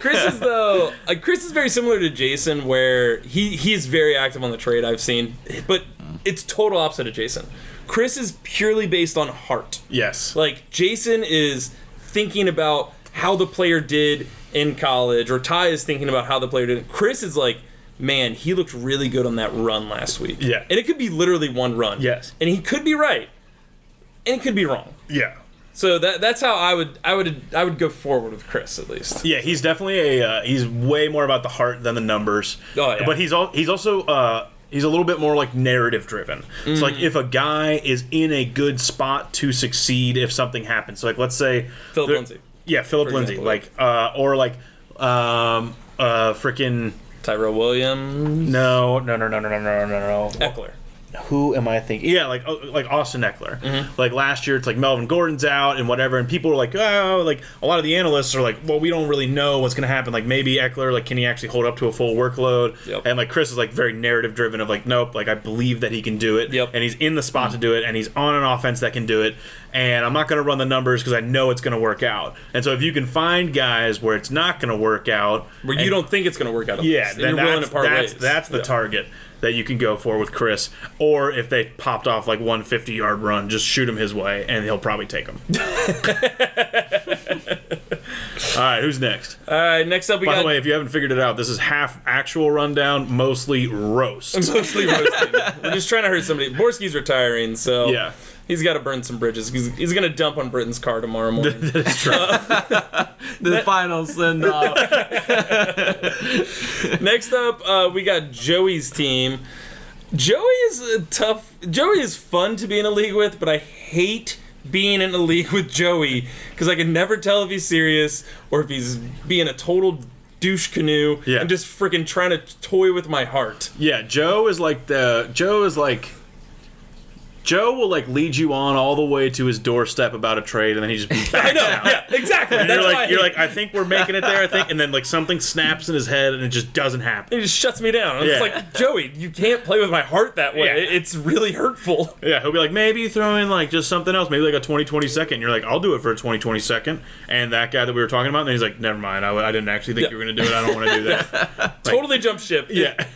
A: Chris is though. Like, Chris is very similar to Jason, where he he's very active on the trade I've seen, but it's total opposite of Jason. Chris is purely based on heart.
B: yes.
A: Like Jason is thinking about how the player did in college, or Ty is thinking about how the player did. Chris is like, man, he looked really good on that run last week.
B: Yeah.
A: and it could be literally one run.
B: Yes.
A: and he could be right, and he could be wrong.
B: Yeah.
A: So that that's how I would I would I would go forward with Chris at least.
B: Yeah, he's definitely a uh, he's way more about the heart than the numbers.
A: Oh, yeah.
B: But he's all he's also uh, He's a little bit more like narrative driven. So
A: Mm.
B: like if a guy is in a good spot to succeed if something happens. So like let's say
A: Philip
B: there-
A: Lindsay.
B: Yeah, Philip
A: For
B: Lindsay.
A: example.
B: Like uh or like um uh freaking
A: Tyrell Williams.
B: no no no no no no no no no
A: Eckler.
B: who am I thinking? Yeah, like oh, like Austin Eckler.
A: Mm-hmm.
B: Like last year, it's like Melvin Gordon's out and whatever, and people are like, oh, like a lot of the analysts are like, well, we don't really know what's gonna happen. Like maybe Eckler, like can he actually hold up to a full workload?
A: Yep.
B: And like Chris is like very narrative driven of like, nope, like I believe that he can do it.
A: Yep.
B: And he's in the spot to do it, and he's on an offense that can do it. And I'm not gonna run the numbers because I know it's gonna work out. And so if you can find guys where it's not gonna work out,
A: Where
B: and-
A: you don't think it's going to work out. at
B: yeah,
A: least,
B: then
A: and you're willing
B: that's,
A: to part
B: that's,
A: ways.
B: that's the
A: Yeah.
B: target that you can go for with Chris. Or if they popped off like one 50 yard run, just shoot him his way and he'll probably
A: [LAUGHS]
B: take him. All right, who's next?
A: All right, next up we
B: By
A: got
B: the way, if you haven't figured it out, this is half actual rundown,
A: [LAUGHS]
B: mostly roast.
A: [LAUGHS] mostly roasting. We're just trying to hurt somebody. Borski's retiring, so
B: Yeah.
A: he's got to burn some bridges. He's, he's going to dump on Britain's car tomorrow
B: [LAUGHS]
A: morning.
B: That's true.
C: The final send off.
A: Next up, uh, we got Joey's team. Joey is a tough. Joey is fun to be in a league with, but I hate being in a league [LAUGHS] with Joey because I can never tell if he's serious or if he's being a total douche canoe
B: Yeah.
A: and just freaking trying to toy with my heart.
B: Yeah, Joe is like the Joe is like Joe will like lead you on all the way to his doorstep about a trade, and then he just
A: [LAUGHS]
B: backs
A: I know.
B: out.
A: Yeah, exactly.
B: And
A: That's why
B: you're
A: I
B: like, you're
A: hate
B: like, I think we're making it there. I think, and then like something snaps in his head, and it just doesn't happen.
A: it just shuts me down. It's
B: Yeah.
A: like Joey, you can't play with my heart that way.
B: Yeah.
A: It's really hurtful.
B: Yeah, he'll be like, maybe you throw in like just something else, maybe like a 20 20 second. You're like, I'll do it for a 20 20 second. And that guy that we were talking about, and he's like, never mind, I, I didn't actually think you were gonna do it. I don't want to do that.
A: totally jump ship.
B: [LAUGHS] yeah,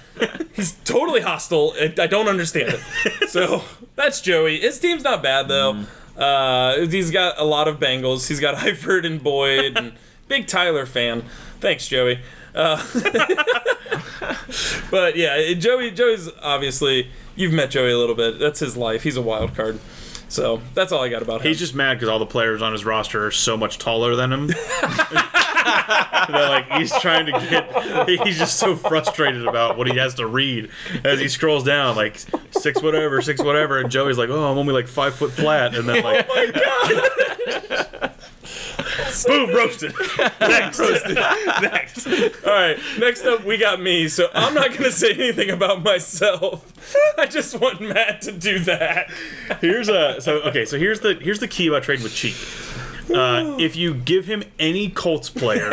A: He's totally hostile. and I don't understand it. so that's Joey. His team's not bad though. Uh, he's got a lot of Bengals. He's got [LAUGHS] Eifert and Boyd and big Tyler fan. Thanks, Joey. Uh, [LAUGHS] but yeah, Joey. Joey's obviously you've met Joey a little bit. That's his life. He's a wild card. So that's all I got about him.
B: he's just mad because all the players on his roster are so much taller than him. [LAUGHS] They're like he's trying to get. He's just so frustrated about what he has to read as he scrolls down, like six whatever, six whatever, and Joey's like, "Oh, I'm only like five foot flat," and then like, [LAUGHS] boom, roasted. Next, roasted. Next.
A: All right, next up we got me, so I'm not gonna say anything about myself. [LAUGHS] I just want Matt to do that.
B: Here's a so okay. So here's the here's the key about trading with Cheek. Uh, if you give him any Colts
A: [LAUGHS]
B: player,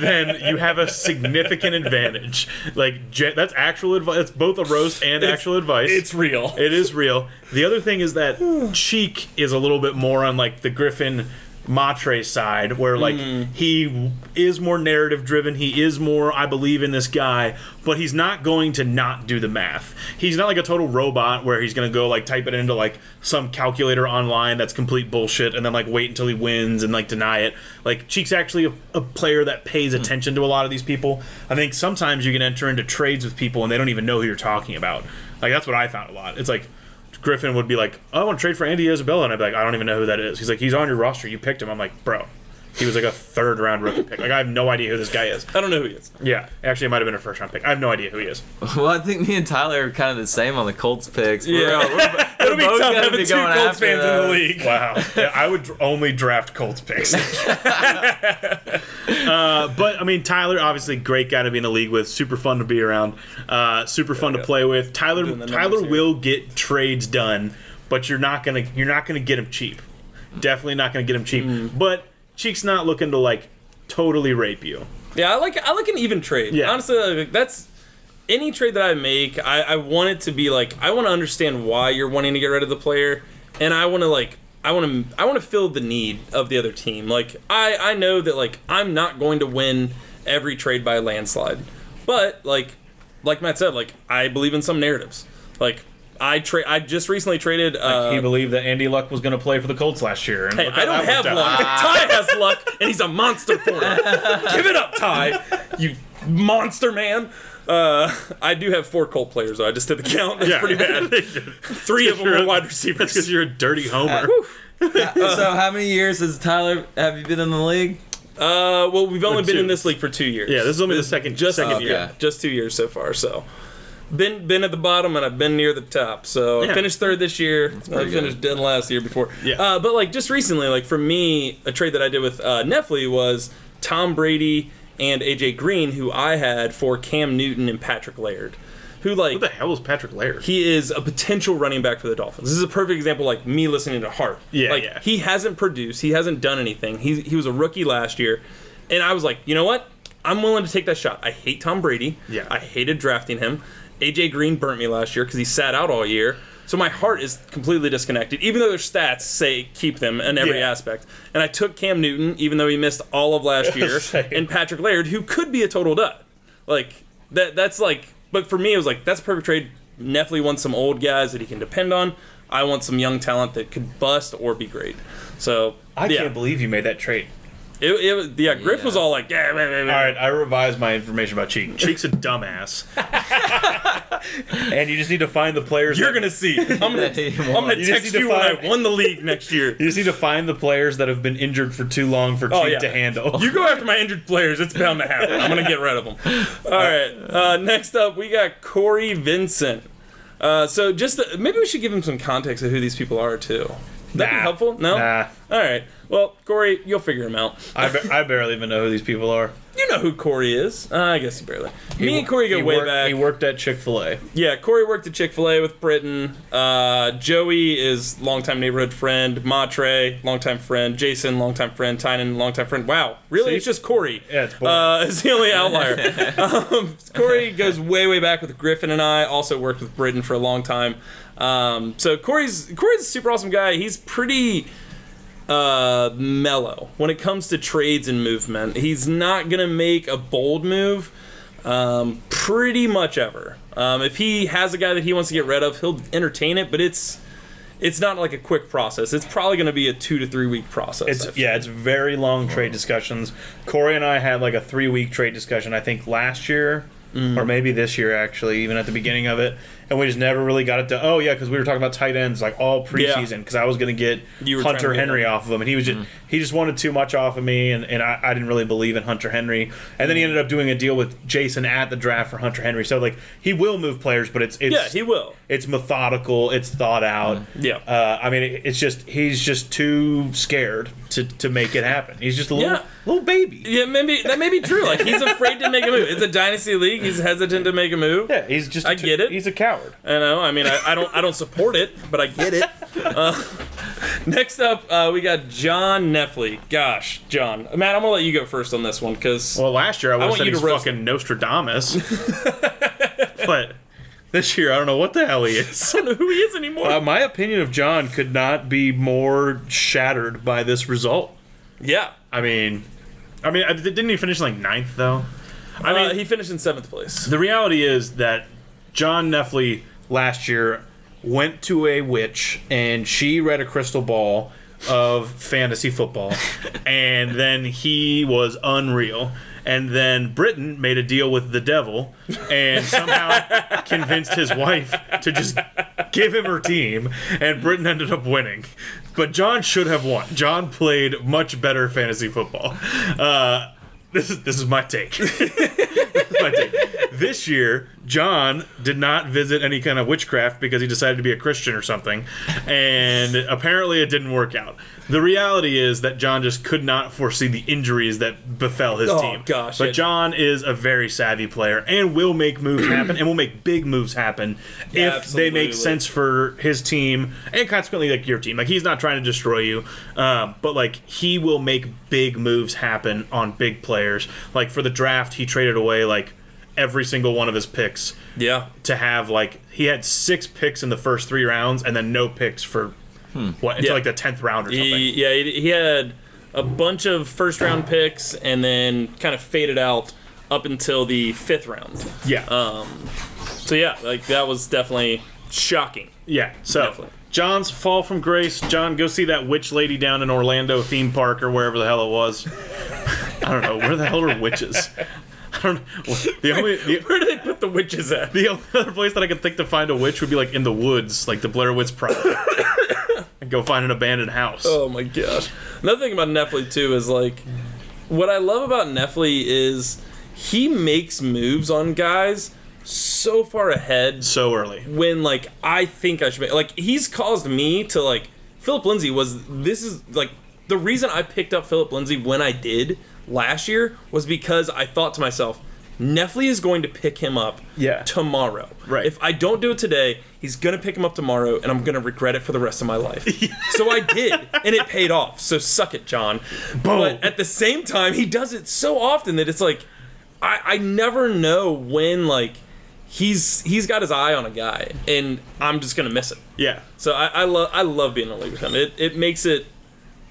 B: then you have a significant advantage. Like gen- that's actual advice. That's both a roast and actual advice.
A: It's real.
B: It is real. The other thing is that Cheek is a little bit more on like the Griffin Matre side, where like he is more narrative driven. He is more I believe in this guy, but he's not going to not do the math. He's not like a total robot where he's going to go like type it into like some calculator online that's complete bullshit, and then like wait until he wins and like deny it. Like Cheek's actually a, a player that pays attention to a lot of these people. I think sometimes you can enter into trades with people and they don't even know who you're talking about. Like that's what I found a lot. It's like Griffin would be like, "Oh, "I want to trade for Andy Isabella," and I'd be like, "I don't even know who that is." He's like, "He's on your roster. You picked him." I'm like, "Bro, he was like a third round rookie pick. Like I have no idea who this guy is."
A: I don't know who he is.
B: Yeah, actually, it might have been a first round pick. I have no idea who he is.
C: well, I think me and Tyler are kind of the same on the Colts picks. We're,
A: Yeah. [LAUGHS]
C: uh, we're,
A: It'll be
C: both
A: tough
C: gonna
A: having
C: be
A: two
C: going
A: Colts
C: after
A: fans in the
C: those.
A: league.
B: Wow, yeah, I would dr- only draft
A: [LAUGHS]
B: Colts picks. uh, but I mean, Tyler, obviously, great guy to be in the league with. Super fun to be around. Uh, super fun to play with.
A: doing
B: Tyler,
A: the
B: Tyler
A: numbers here.
B: will get trades done, but you're not gonna you're not gonna get him cheap. Definitely not gonna get him cheap.
A: Mm.
B: But Cheek's not looking to like totally rape you.
A: Yeah, I like I like an even trade.
B: Yeah.
A: Honestly, like, that's any trade that I make, I, I want it to be like I want to understand why you're wanting to get rid of the player, and I want to like I want to I want to fill the need of the other team. Like I I know that like I'm not going to win every trade by a landslide, but like like Matt said, like I believe in some narratives. Like I trade I just recently traded. Uh,
B: he believed that Andy Luck was gonna play for the Colts last year. And
A: Hey,
B: look
A: I
B: how
A: don't
B: that Ah.
A: have
B: worked out.
A: luck. Ty has luck, and he's a monster for it.
B: [LAUGHS]
A: Give it up, Ty. You monster man. Uh, I do have four Colt players, though. I just did the count. That's
B: Yeah.
A: pretty
B: [LAUGHS]
A: bad. Uh, Three of them
B: You're
A: were
B: a-
A: wide
B: That's because
A: receivers.
B: you're
A: [LAUGHS]
B: a dirty homer.
C: [LAUGHS] So, how many years has Tyler have you been in the league?
A: Uh, well, we've only
B: Or
A: been in
B: two.
A: this league for two years.
B: yeah, this is only the second
A: just
B: second
A: okay.
B: year.
C: year.
A: Just two years so far. So, been been at the bottom and I've been near the top. So I
B: Yeah.
A: finished third this year. I
C: pretty good.
A: finished dead last year before.
B: Yeah.
A: Uh, but like just recently, like for me, a trade that I did with uh, Neffley was Tom Brady and AJ Green, who I had for Cam Newton and Patrick Laird, who like
B: What the hell is Patrick Laird?
A: he is a potential running back for the Dolphins. This is a perfect example, like me listening to Hart.
B: Yeah,
A: like
B: yeah.
A: he hasn't produced, he hasn't done anything. He he was a rookie last year, and I was like, you know what? I'm willing to take that shot. I hate Tom Brady.
B: Yeah.
A: I hated drafting him. AJ Green burnt me last year because he sat out all year. So my heart is completely disconnected, even though their stats say keep them in every
B: Yeah.
A: aspect. And I took Cam Newton, even though he missed all of
B: [LAUGHS]
A: last year,
B: Same.
A: and Patrick Laird, who could be a total dud. Like that that's like but for me it was like that's a perfect trade. Neffley wants some old guys that he can depend on. I want some young talent that could bust or be great. So
B: I
A: yeah.
B: can't believe you made that trade.
A: it, it was- yeah, Griff was
C: Yeah.
A: all like, yeah, blah, blah, blah."
B: All right, I revised my information about Cheek. Cheek's a dumbass, [LAUGHS] and you just need to find the players.
A: You're
B: that-
A: gonna see. I'm gonna, I'm gonna
B: You just
A: text
B: need to
A: you when I
B: find-
A: won the league next year.
B: You just need to find the players that have been injured for too long for Cheek
A: Oh, yeah.
B: to handle.
A: You go after my injured players, it's bound to happen. I'm gonna get rid of them. All right. Uh, next up, we got Corey Vincent. Uh, so just the, maybe we should give him some context of who these people are too. That'd be
B: Nah.
A: helpful. No.
B: Nah,
A: All right. Well, Corey, you'll figure him out.
B: I, ba- I barely even know who these people are.
A: You know who Corey is. Uh, I guess you barely. Me
B: He-
A: and Corey go
B: he
A: way
B: worked-
A: back.
B: He worked at Chick Fil A.
A: Yeah, Corey worked at Chick Fil A with Britton. Uh, Joey is longtime neighborhood friend. Matre, longtime friend. Jason, longtime friend. Tynan, longtime friend. Wow, really?
B: See?
A: It's just Corey.
B: Yeah, it's boring.
A: uh, [LAUGHS] is the only
B: [LAUGHS]
A: outlier. um, Corey goes way, way back with Griffin and I. Also worked with Britton for a long time. Um, so Corey's Corey's a super awesome guy. He's pretty uh, mellow when it comes to trades and movement. He's not gonna make a bold move um, pretty much ever. Um, if he has a guy that he wants to get rid of, he'll entertain it, but it's it's not like a quick process. It's probably going to be a two to three week process. I
B: It's
A: feel.
B: yeah, it's very long trade discussions. Corey and I had like a three week trade discussion. I think last year.
A: Mm.
B: Or maybe this year, actually, even at the beginning of it, and we just never really got it to. Oh yeah, because we were talking about tight ends like all preseason, because I was going to get
A: You were trying
B: Hunter
A: to get Mm.
B: Henry off of him, and he was just he just wanted too much off of me, and, and I, I didn't really believe in Hunter Henry, and
A: Mm.
B: then he ended up doing a deal with Jason at the draft for Hunter Henry. So like he will move players, but it's it's
A: yeah, he Mm. will.
B: it's methodical, it's thought out.
A: Yeah.
B: Uh, I mean, it- it's just he's just too scared to, to make it happen. He's just a little
A: Yeah.
B: little baby.
A: Yeah, maybe that may be true. Like he's afraid to make a move. It's a dynasty league. He's hesitant to make a move.
B: Yeah, he's just
A: I
B: too-
A: get it.
B: He's a coward.
A: I know. I mean, I, I don't I don't support it, but I get it. Uh, next up, uh, we got John Neffley. Gosh, John, Matt, I'm gonna let you go first on this one because
B: Well, last year I would
A: want
B: have said
A: you to
B: he's
A: roast
B: fucking Nostradamus, but this year I don't know what the hell he
A: [LAUGHS]
B: is.
A: I don't know who he is anymore.
B: Uh, my opinion of John could not be more shattered by this result.
A: yeah,
B: I mean, I mean, I- didn't he finish like ninth though? I
A: I
B: mean,
A: mean, Uh, he finished in seventh place.
B: The reality is that John Neffley last year went to a witch and she read a crystal ball of fantasy football, and then he was unreal. And then Britain made a deal with the devil and somehow convinced his wife to just give him her team, and Britain ended up winning. But John should have won. John played much better fantasy football. Uh, this is this is my take. [LAUGHS] my take. This year, John did not visit any kind of witchcraft because he decided to be a Christian or something, and apparently it didn't work out. The reality is that John just could not foresee the injuries that befell his
A: Oh,
B: team.
A: gosh,
B: but
A: yeah.
B: John is a very savvy player and will make moves happen and will make big moves happen if they
A: Absolutely.
B: make sense for his team and consequently like your team. Like he's not trying to destroy you, um, but like he will make big moves happen on big players. Like for the draft, he traded away like every single one of his picks
A: Yeah,
B: to have like he had six picks in the first three rounds and then no picks for what until
A: Yeah.
B: like the tenth round or something.
A: He, yeah, he, he had a bunch of first round picks and then kind of faded out up until the fifth round.
B: yeah.
A: uh, So yeah, like that was definitely shocking. [LAUGHS]
B: Yeah. So
A: Definitely.
B: John's fall from grace. John, go see that witch lady down in Orlando theme park or wherever the hell it was. [LAUGHS] I don't know where the hell are witches. [LAUGHS] I don't. know. The only the,
A: Where do they put the witches at?
B: the only other place that I could think to find a witch would be like in the woods, like the Blair Witch Project, [COUGHS] and go find an abandoned house.
A: Oh my gosh. Another thing about Neffley too is like what I love about Neffley is he makes moves on guys so far ahead
B: so early.
A: when like I think I should be like he's caused me to like Philip Lindsay was this is like the reason I picked up Philip Lindsay when I did last year was because I thought to myself, Neffley is going to pick him up
B: Yeah.
A: tomorrow.
B: Right.
A: If I don't do it today, he's gonna pick him up tomorrow and I'm gonna regret it for the rest of my
B: [LAUGHS]
A: life. so I did, and it paid off. So suck it, John. But at the same time, he does it so often that it's like I, I never know when like he's he's got his eye on a guy and I'm just gonna miss it.
B: Yeah.
A: So I, I love I love being in a league with him. It it makes it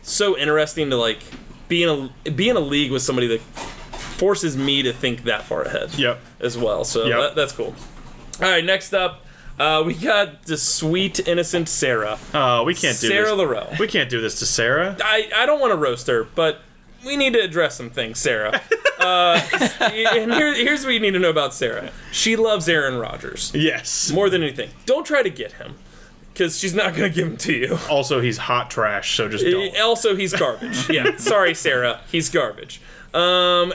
A: so interesting to like be in a be in a league with somebody that forces me to think that far ahead.
B: Yep.
A: As well. So
B: Yep.
A: that, that's cool. All right, next up, uh, we got the sweet innocent Sarah.
B: Uh, we can't do
A: Sarah
B: this.
A: Laroe.
B: We can't do this to Sarah.
A: I, I don't want to roast her, but we need to address some things, Sarah. Uh, and here, here's what you need to know about Sarah. She loves Aaron Rodgers
B: Yes.
A: more than anything. Don't try to get him, because she's not going to give him to you.
B: Also, he's hot trash, so just don't.
A: [LAUGHS] Also, he's garbage. Yeah, sorry, Sarah. He's garbage. Um,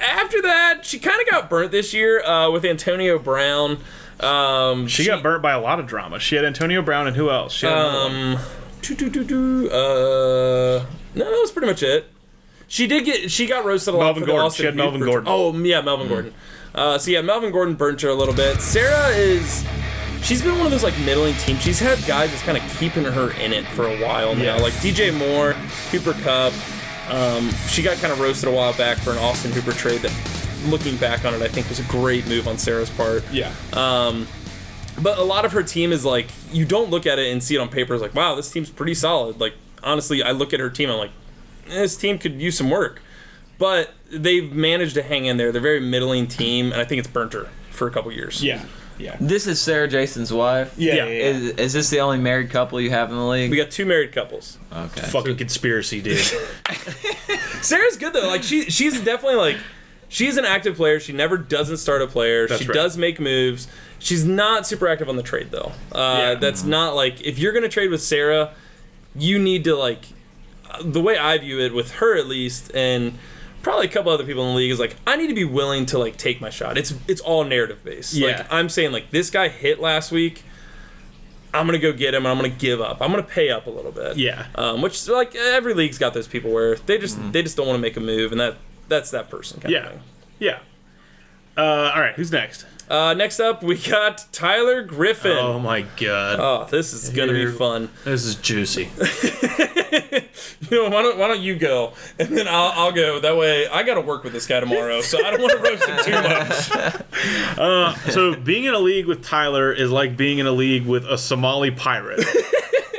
A: after that, she kind of got burnt this year uh, with Antonio Brown. Um,
B: She got burnt by a lot of drama. She had Antonio Brown and who else? She had another
A: Um,
B: one.
A: doo doo doo doo. Uh, no, that was pretty much it. She did get. She got roasted a lot.
B: Melvin
A: for the
B: Gordon.
A: Austin
B: She had
A: Hughes
B: Melvin
A: bruise.
B: Gordon. Mm-hmm.
A: Oh um, yeah, Melvin Gordon. Uh, so yeah, Melvin Gordon burnt her a little bit. Sarah is. She's been one of those like middling teams. She's had guys that's kind of keeping her in it for a while now,
B: Yes.
A: like DJ Moore, Cooper Cup. Um, she got kind of roasted a while back for an Austin Hooper trade that, looking back on it, I think was a great move on Sarah's part.
B: Yeah.
A: But a lot of her team is like you don't look at it and see it on paper as like, wow, this team's pretty solid. Like honestly, I look at her team, I'm like, "Eh, this team could use some work. But they've managed to hang in there. They're a very middling team, and I think it's burnt her for a couple years.
B: yeah. Yeah.
C: [LAUGHS] This is Sarah Jason's wife.
B: Yeah.
A: Yeah.
B: yeah, yeah.
C: Is, is this the only married couple you have in the league?
A: We got two married couples.
C: okay.
B: Fucking conspiracy, [LAUGHS] dude.
A: Sarah's good though. Like she she's definitely like she's an active player. She never doesn't start a player.
B: That's
A: she
B: right.
A: does make moves. She's not super active on the trade though. Uh,
B: Yeah.
A: That's not like if you're gonna trade with Sarah, you need to like uh, the way I view it with her at least and. Probably a couple other people in the league is like I need to be willing to like take my shot. It's it's all narrative based.
B: Yeah.
A: Like I'm saying like this guy hit last week. I'm gonna go get him and I'm gonna give up. I'm gonna pay up a little bit.
B: Yeah.
A: Um, which like every league's got those people where they just they just don't want to make a move, and that that's that person. Kind Of
B: Mm-hmm. Yeah.
A: thing.
B: Yeah. Uh, all right. Who's next?
A: Uh, next up, we got Tyler Griffin.
B: Oh
A: Oh,
B: my god.
A: this is gonna be
B: Here-
A: fun. [LAUGHS]
B: this is juicy.
A: You know, why don't why don't you go and then I'll, I'll go. That way, I gotta work with this guy tomorrow, so I don't
B: [LAUGHS]
A: want to roast him too much.
B: so being in a league with Tyler is like being in a league with a Somali [LAUGHS] pirate.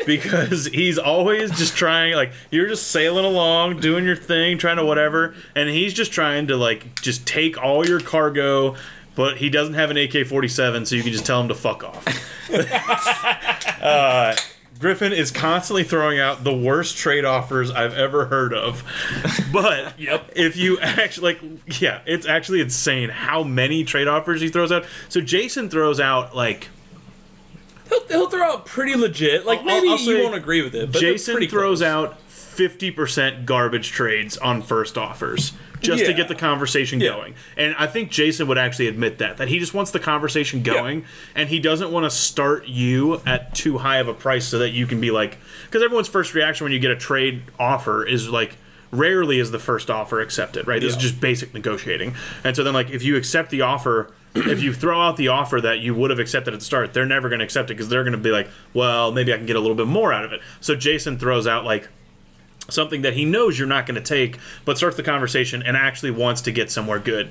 B: Because he's always just trying, like you're just sailing along, doing your thing, trying to whatever, and he's just trying to like just take all your cargo, but he doesn't have an AK-47, so you can just tell him to fuck off. [LAUGHS] Uh, Griffin is constantly throwing out the worst trade offers I've ever heard of. But
A: Yep.
B: if you actually like yeah, it's actually insane how many trade offers he throws out. So Jason throws out like
A: He'll, he'll throw out pretty legit. Like
B: I'll-
A: maybe
B: I'll
A: you
B: say
A: won't agree with it. But they're
B: Jason
A: pretty
B: throws
A: close.
B: out 50% garbage trades on first offers just to
A: Yeah.
B: get the conversation
A: Yeah.
B: going. And I think Jason would actually admit that that he just wants the conversation going and he doesn't want to start you at too high of a price so that you can be like cuz everyone's first reaction when you get a trade offer is like rarely is the first offer accepted, right? This
A: Yeah.
B: is just basic negotiating. And so then like if you accept the offer [CLEARS THROAT] if you throw out the offer that you would have accepted at the start, they're never going to accept it because they're going to be like, well, maybe I can get a little bit more out of it. So Jason throws out like something that he knows you're not going to take, but starts the conversation and actually wants to get somewhere good.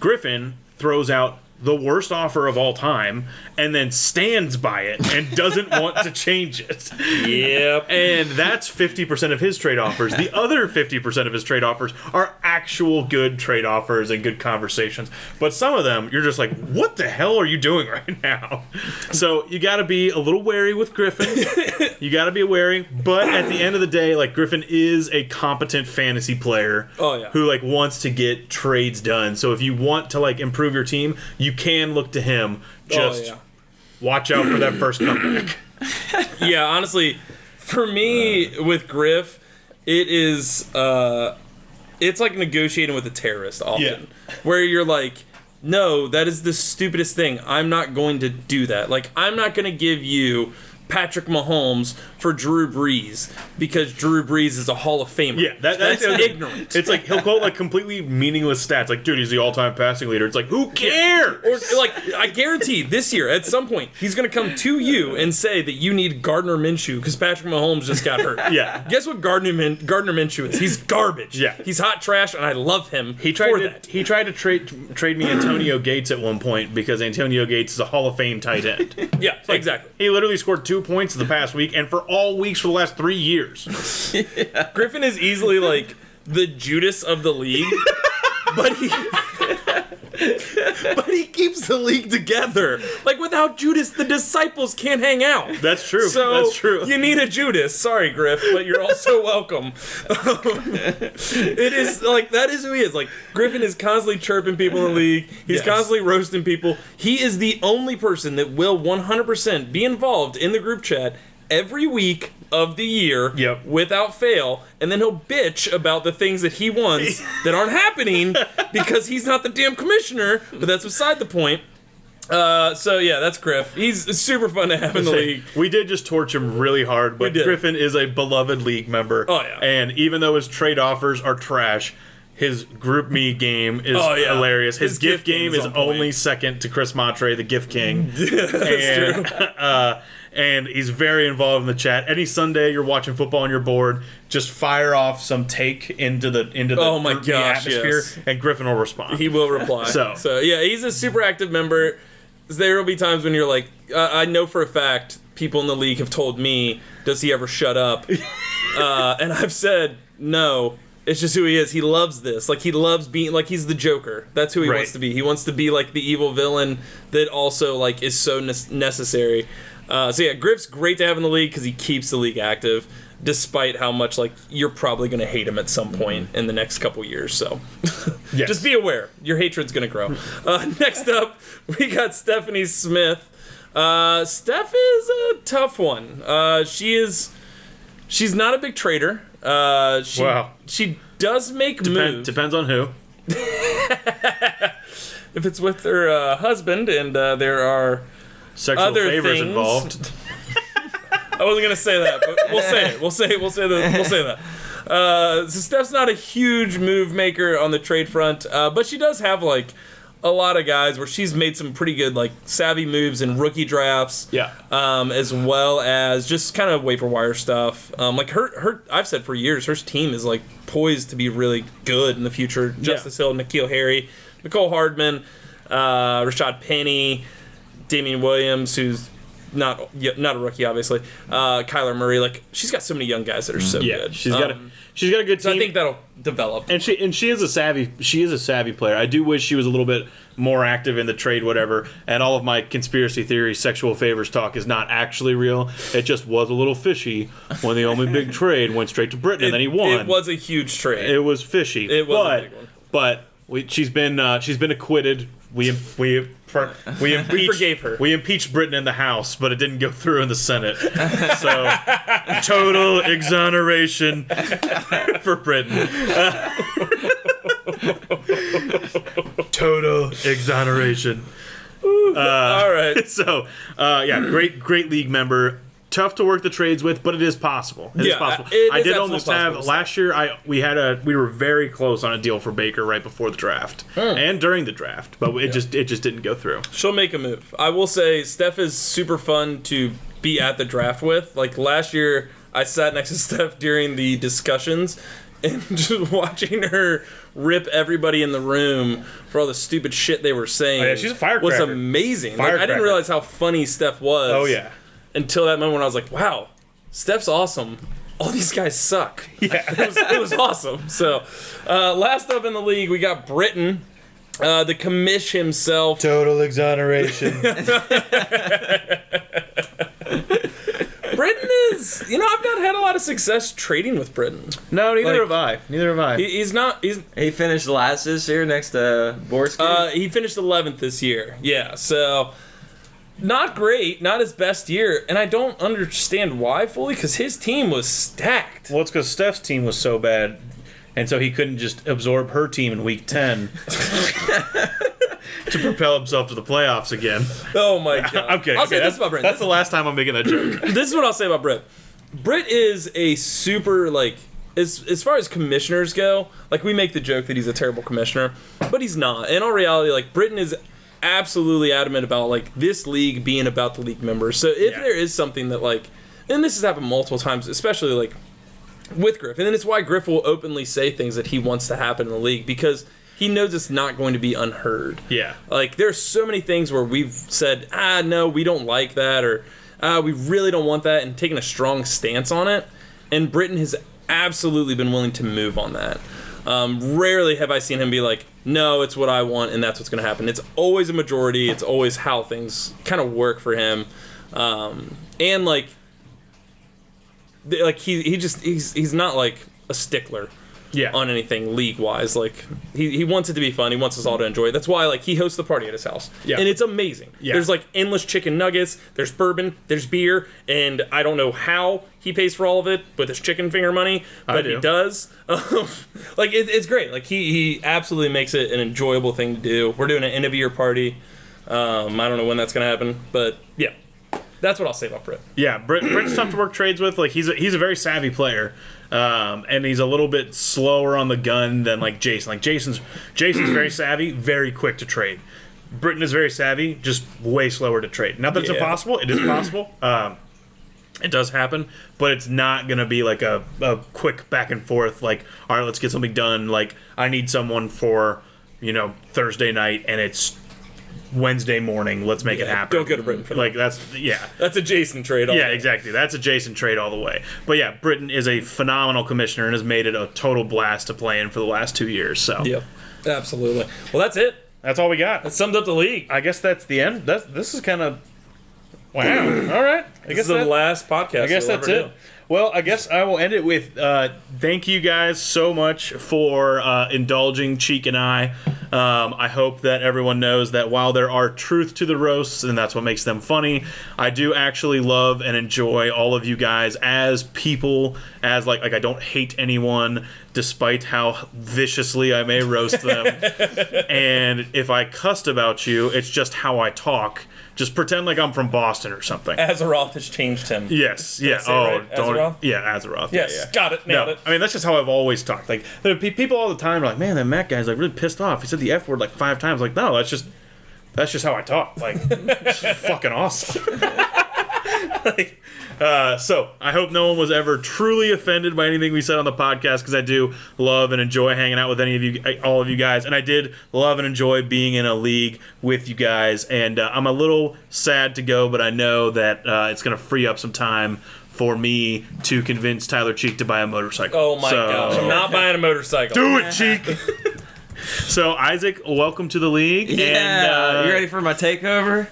B: Griffin throws out the worst offer of all time and then stands by it and doesn't want to [LAUGHS] change it.
A: [LAUGHS] Yep.
B: And that's 50% of his trade offers.
A: [LAUGHS]
B: The other 50% of his trade offers are actual good trade offers and good conversations. But some of them, you're just like, what the hell are you doing [LAUGHS] right now? So you got to be a little wary
A: [LAUGHS]
B: with Griffin. you got to be wary. But at the end of the day, like, Griffin is a competent fantasy player
A: Oh, yeah.
B: who, like, wants to get trades done. So if you want to, like, improve your team, you can look to him. Just
A: oh, yeah.
B: watch out for that first comeback.
A: yeah, honestly, for me with Griff, it is uh it's like negotiating with a terrorist often.
B: Yeah.
A: Where you're like, no, that is the stupidest thing. I'm not going to do that. Like, I'm not going to give you Patrick Mahomes for Drew Brees because Drew Brees is a Hall of Famer.
B: Yeah, that,
A: that's,
B: that's,
A: ignorant.
B: It's like he'll quote like completely meaningless stats. Like, dude, he's the all-time passing leader. It's like, who cares?
A: Or like, I guarantee this year at some point he's going to come to you and say that you need Gardner Minshew because Patrick Mahomes just got hurt.
B: [LAUGHS] yeah.
A: Guess what Gardner, Min- Gardner Minshew is? He's garbage.
B: Yeah.
A: He's hot trash, and I love him
B: He tried
A: for
B: to
A: that.
B: he tried to trade trade me Antonio Gates at one point because Antonio Gates is a Hall of Fame tight end.
A: [LAUGHS] Yeah, exactly.
B: He literally scored two points the past week and for all weeks for the last three years.
A: Griffin is easily like the Judas of the [LAUGHS] league, but he but he keeps the league together. Like without Judas, the disciples can't hang out.
B: That's true.
A: So
B: That's true.
A: You need a Judas. Sorry, Griff, but you're
B: [LAUGHS]
A: also welcome. it is like that is who he is. Like Griffin is constantly chirping people in the league. He's
C: Yes.
A: constantly roasting people. He is the only person that will 100% be involved in the group chat every week of the year
B: Yep.
A: without fail and then he'll bitch about the things that he
B: [LAUGHS]
A: wants that aren't happening because he's not the damn commissioner but that's beside the point uh, so yeah that's griff he's super fun to have in the league
B: We did just torch him really hard, but
A: did.
B: Griffin is a beloved league member.
A: Oh, yeah.
B: And even though his trade offers are trash, his group me game is
A: Oh, yeah.
B: hilarious. His,
A: His
B: gift, game, is,
A: on point.
B: only second to Chris Montre, the gift
A: [LAUGHS]
B: king. and, [LAUGHS] Uh, and he's very involved in the chat. Any Sunday you're watching football on your board, just fire off some take into the into the,
A: Oh, my
B: group me
A: gosh,
B: atmosphere,
A: yes.
B: and Griffin will respond.
A: He will reply.
B: So.
A: yeah, he's a super active member. There will be times when you're like, uh, I know for a fact people in the league have told me, does he ever shut
B: [LAUGHS]
A: up? uh, and I've said no. It's just who he is. He loves this. Like he loves being like he's the Joker. That's who he
B: Right.
A: wants to be. He wants to be like the evil villain that also like is so ne- necessary. Uh, so yeah, Griff's great to have in the league because he keeps the league active, despite how much like you're probably gonna hate him at some point in the next couple years. So
B: Yes.
A: just be aware, your hatred's gonna
B: [LAUGHS]
A: grow. Uh, next up, we got Stephanie Smith. Uh, Steph is a tough one. Uh, she is, she's not a big trader. Uh, she,
B: Wow.
A: She does make
B: Depen-
A: moves
B: depends on who.
A: if it's with her uh, husband, and uh, there are.
B: Sexual
A: Other
B: favors
A: things- [LAUGHS]
B: involved.
A: I wasn't gonna say that, but we'll say it. We'll say we'll say that. We'll say that. Uh, so Steph's not a huge move maker on the trade front, uh, but she does have like a lot of guys where she's made some pretty good like savvy moves in rookie drafts.
B: Yeah.
A: Um, as well as just kind of waiver wire stuff. Um, like her, her, I've said for years, her team is like poised to be really good in the future. Justice Hill, Nikhil Harry, Nicole Hardman, uh, Rashad Penny. Damian Williams, who's not yeah, not a rookie, obviously. Uh, Kyler Murray, like she's got so many young guys that are so
B: Yeah,
A: good.
B: she's got a
A: Um,
B: she's got a good team.
A: so I think that'll develop.
B: and she and she is a savvy she is a savvy player. I do wish she was a little bit more active in the trade, whatever. And all of my conspiracy theory, sexual favors talk is not actually real. It just was a little fishy when the only
A: [LAUGHS]
B: big trade went straight to Britain and then he won.
A: It was a huge trade.
B: It was fishy.
A: It was a
B: but,
A: big one.
B: But we, she's been uh, she's been acquitted. We we per-
A: [LAUGHS]
B: we, impeached,
A: forgave her.
B: We impeached Britain in the House, but it didn't go through in the Senate. [LAUGHS] So total exoneration [LAUGHS] for Britain. [LAUGHS] total exoneration.
A: All
B: [LAUGHS]
A: right.
B: So uh, yeah, great great league member. Tough to work the trades with, but it is possible. It is
A: Yeah,
B: possible.
A: uh, it
B: I
A: is
B: did
A: absolutely
B: almost
A: possible.
B: have last year. I we had a we were very close on a deal for Baker right before the draft and during the draft, but it just it just didn't go through.
A: She'll make a move. I will say Steph is super fun to be at the draft with. Like last year, I sat next to [LAUGHS] Steph during the discussions and [LAUGHS] just watching her rip everybody in the room for all the stupid shit they were saying.
B: Oh, yeah, she's a firecracker.
A: Was amazing. Like, I didn't
B: Firecracker.
A: realize how funny Steph was.
B: Oh yeah,
A: until that moment when I was like, wow, Steph's awesome. All these guys
B: [LAUGHS]
A: suck. Yeah. [LAUGHS] it, was, it was awesome. So, uh, last up in the league, we got Britain, uh, the commish himself. [LAUGHS]
B: total exoneration.
A: Britain is, you know, I've not had a lot of success trading with Britain.
B: no, neither
A: Like-
B: have I. Neither have I.
A: He, he's not, he's,
C: He finished last this year next to Borski.
A: uh, he finished 11th this year. Yeah. So, not great, not his best year. And I don't understand why fully because his team was stacked.
B: well, it's because Steph's team was so bad, and so he couldn't just absorb her team in week ten. [LAUGHS] to propel himself to the playoffs again.
A: Oh
B: [LAUGHS]
A: my god.
B: Okay,
A: I'll
B: okay,
A: say
B: that's,
A: this about Brent.
B: That's the last time I'm making that joke.
A: this is what I'll say about Britt. Britt is a super like as as far as commissioners go, like we make the joke that he's a terrible commissioner, but he's not. In all reality, like Britain is absolutely adamant about like this league being about the league members. So if
B: Yeah.
A: there is something that like and this has happened multiple times, especially like with Griff. And then it's why Griff will openly say things that he wants to happen in the league because he knows it's not going to be unheard.
B: Yeah.
A: Like there's so many things where we've said, ah, no, we don't like that, or ah, we really don't want that, and taken a strong stance on it. And Britain has absolutely been willing to move on that. Um, rarely have I seen him be like, no, it's what I want, and that's what's going to happen. It's always a majority. It's always how things kind of work for him. Um, and like, th- like he he just he's he's not like a stickler
B: Yeah.
A: on anything league wise. Like he, he wants it to be fun. He wants us all to enjoy. it. That's why like he hosts the party at his house.
B: Yeah.
A: And it's amazing.
B: Yeah.
A: There's like endless chicken nuggets, there's bourbon, there's beer, and I don't know how he pays for all of it with his chicken finger money, but he
B: do.
A: does. [LAUGHS] Um, like it, it's great. Like he he absolutely makes it an enjoyable thing to do. We're doing an end of year party. Um, I don't know when that's gonna happen, but yeah. That's what I'll say about Britt.
B: Yeah, Britt, Britt's tough to work trades with. Like he's a, he's a very savvy player, um, and he's a little bit slower on the gun than like Jason. Like Jason's Jason's very savvy, very quick to trade. Britton is very savvy, just way slower to trade. Not that it's
A: Yeah.
B: impossible. It is
A: [CLEARS THROAT]
B: possible. Um, it does happen, but it's not going to be like a, a quick back and forth. Like, all right, let's get something done. Like, I need someone for you know Thursday night, and it's Wednesday morning. Let's make it
A: Yeah,
B: happen.
A: don't go to Britain for that.
B: Like that's yeah.
A: That's a Jason trade. all
B: Yeah,
A: day.
B: exactly. That's a Jason trade all the way. But yeah, Britain is a phenomenal commissioner and has made it a total blast to play in for the last two years. So
A: Yep. Absolutely. Well, that's it.
B: that's all we got.
A: That summed up the league.
B: I guess that's the end. That's, this is kind of
A: [CLEARS THROAT]
B: wow. all right. I
A: This
B: guess
A: is the
B: that-
A: last podcast.
B: I guess
A: we'll
B: that's
A: ever
B: it.
A: do.
B: Well, I guess I will end it with uh, thank you guys so much for uh, indulging Cheek and I. Um, I hope that everyone knows that while there are truth to the roasts, and that's what makes them funny, I do actually love and enjoy all of you guys as people. As like, like I don't hate anyone, despite how viciously I may
A: [LAUGHS]
B: roast them. and if I cussed about you, it's just how I talk. Just pretend like I'm from Boston or
A: [LAUGHS]
B: something.
A: Azeroth has changed him.
B: Yes. Yeah.
A: say it
B: Oh,
A: right?
B: don't.
A: Azeroth?
B: Yeah, Azeroth.
A: Yes.
B: Yeah, yeah.
A: Got it. Nailed
B: No,
A: it.
B: I mean that's just how I've always talked. Like there are pe- people all the time are like, "Man, that Matt guy's like really pissed off. He said the f word like five times." Like, no, that's just that's just how I talk. Like, it's fucking awesome. [LAUGHS] like, uh, so I hope no one was ever truly offended by anything we said on the podcast because I do love and enjoy hanging out with any of you, eh, all of you guys, and I did love and enjoy being in a league with you guys. And uh, I'm a little sad to go, but I know that uh, it's gonna free up some time. For me to convince Tyler Cheek to buy a motorcycle.
A: Oh my
B: So-
A: gosh. I'm not buying a motorcycle.
B: do it, Cheek. [LAUGHS] so, Isaac, welcome to the league.
C: Yeah,
B: and, uh,
C: you ready for my takeover?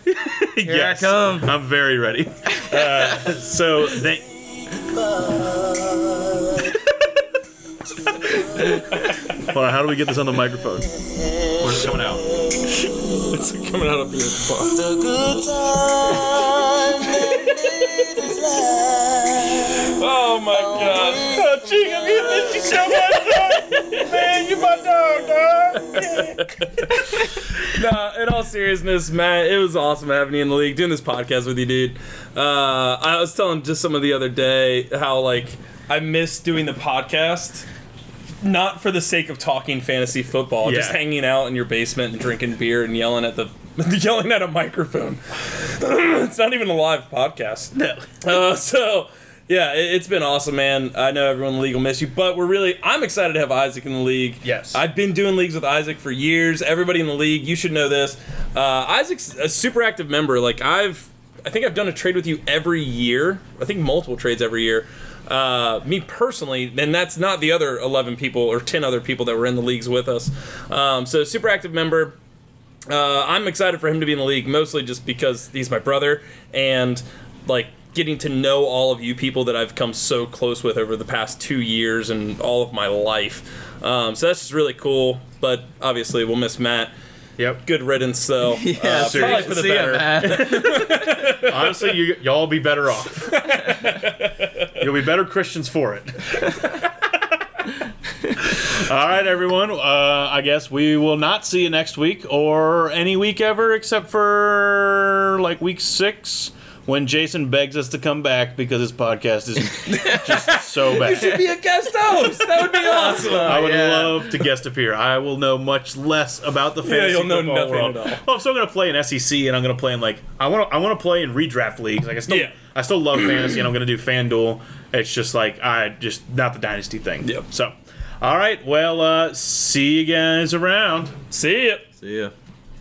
C: Here
B: yes,
C: I come.
B: I'm very ready. [LAUGHS] Uh, so, [LAUGHS] thank. Hold on, how do we get this on the microphone? Where's it coming out?
A: It's coming out of your butt.
E: The good time that it is like.
A: Oh my god.
B: Oh, Cheek, I'm gonna miss you so much, man. You my dog, dog.
A: Nah, in all seriousness, Matt, it was awesome having you in the league, doing this podcast with you, dude. Uh, I was telling just someone the other day how like I miss doing the podcast. Not for the sake of talking fantasy football, just
B: Yeah.
A: hanging out in your basement and drinking beer and yelling at the [LAUGHS] yelling at a microphone. [CLEARS THROAT] it's not even a live podcast.
B: No.
A: [LAUGHS] Uh, so yeah, it, it's been awesome, man. I know everyone in the league will miss you, but we're really I'm excited to have Isaac in the league.
B: Yes.
A: I've been doing leagues with Isaac for years. Everybody in the league, you should know this. Uh, Isaac's a super active member. Like I've, I think I've done a trade with you every year. I think multiple trades every year. Uh, me personally, and that's not the other 11 people or 10 other people that were in the leagues with us. Um, so super active member. Uh, I'm excited for him to be in the league, mostly just because he's my brother and like getting to know all of you people that I've come so close with over the past two years and all of my life. Um, so that's just really cool. But obviously, we'll miss Matt.
B: Yep.
A: Good riddance, though.
C: [LAUGHS] Yeah,
A: uh, probably for the
C: see ya,
A: better.
C: man.
B: Honestly, you, y'all be better off. You'll be better Christians for it. All right, everyone. Uh, I guess we will not see you next week or any week ever except for like week six when Jason begs us to come back because his podcast is just so bad.
C: [LAUGHS] be a guest host. That [LAUGHS] would be awesome.
D: Oh,
B: I would
C: Yeah.
B: love to guest appear. I will know much less about the fantasy
D: you'll know
B: football
D: nothing
B: world.
D: at all.
B: Well, I'm still gonna play in SEC, and I'm gonna play in like I want. I want to play in redraft leagues. Like I still,
D: Yeah.
B: I still love fantasy, and I'm gonna do FanDuel. It's just like I just not the dynasty thing.
D: Yep.
B: So, all right. Well, uh, see you guys around.
D: See ya.
C: See ya.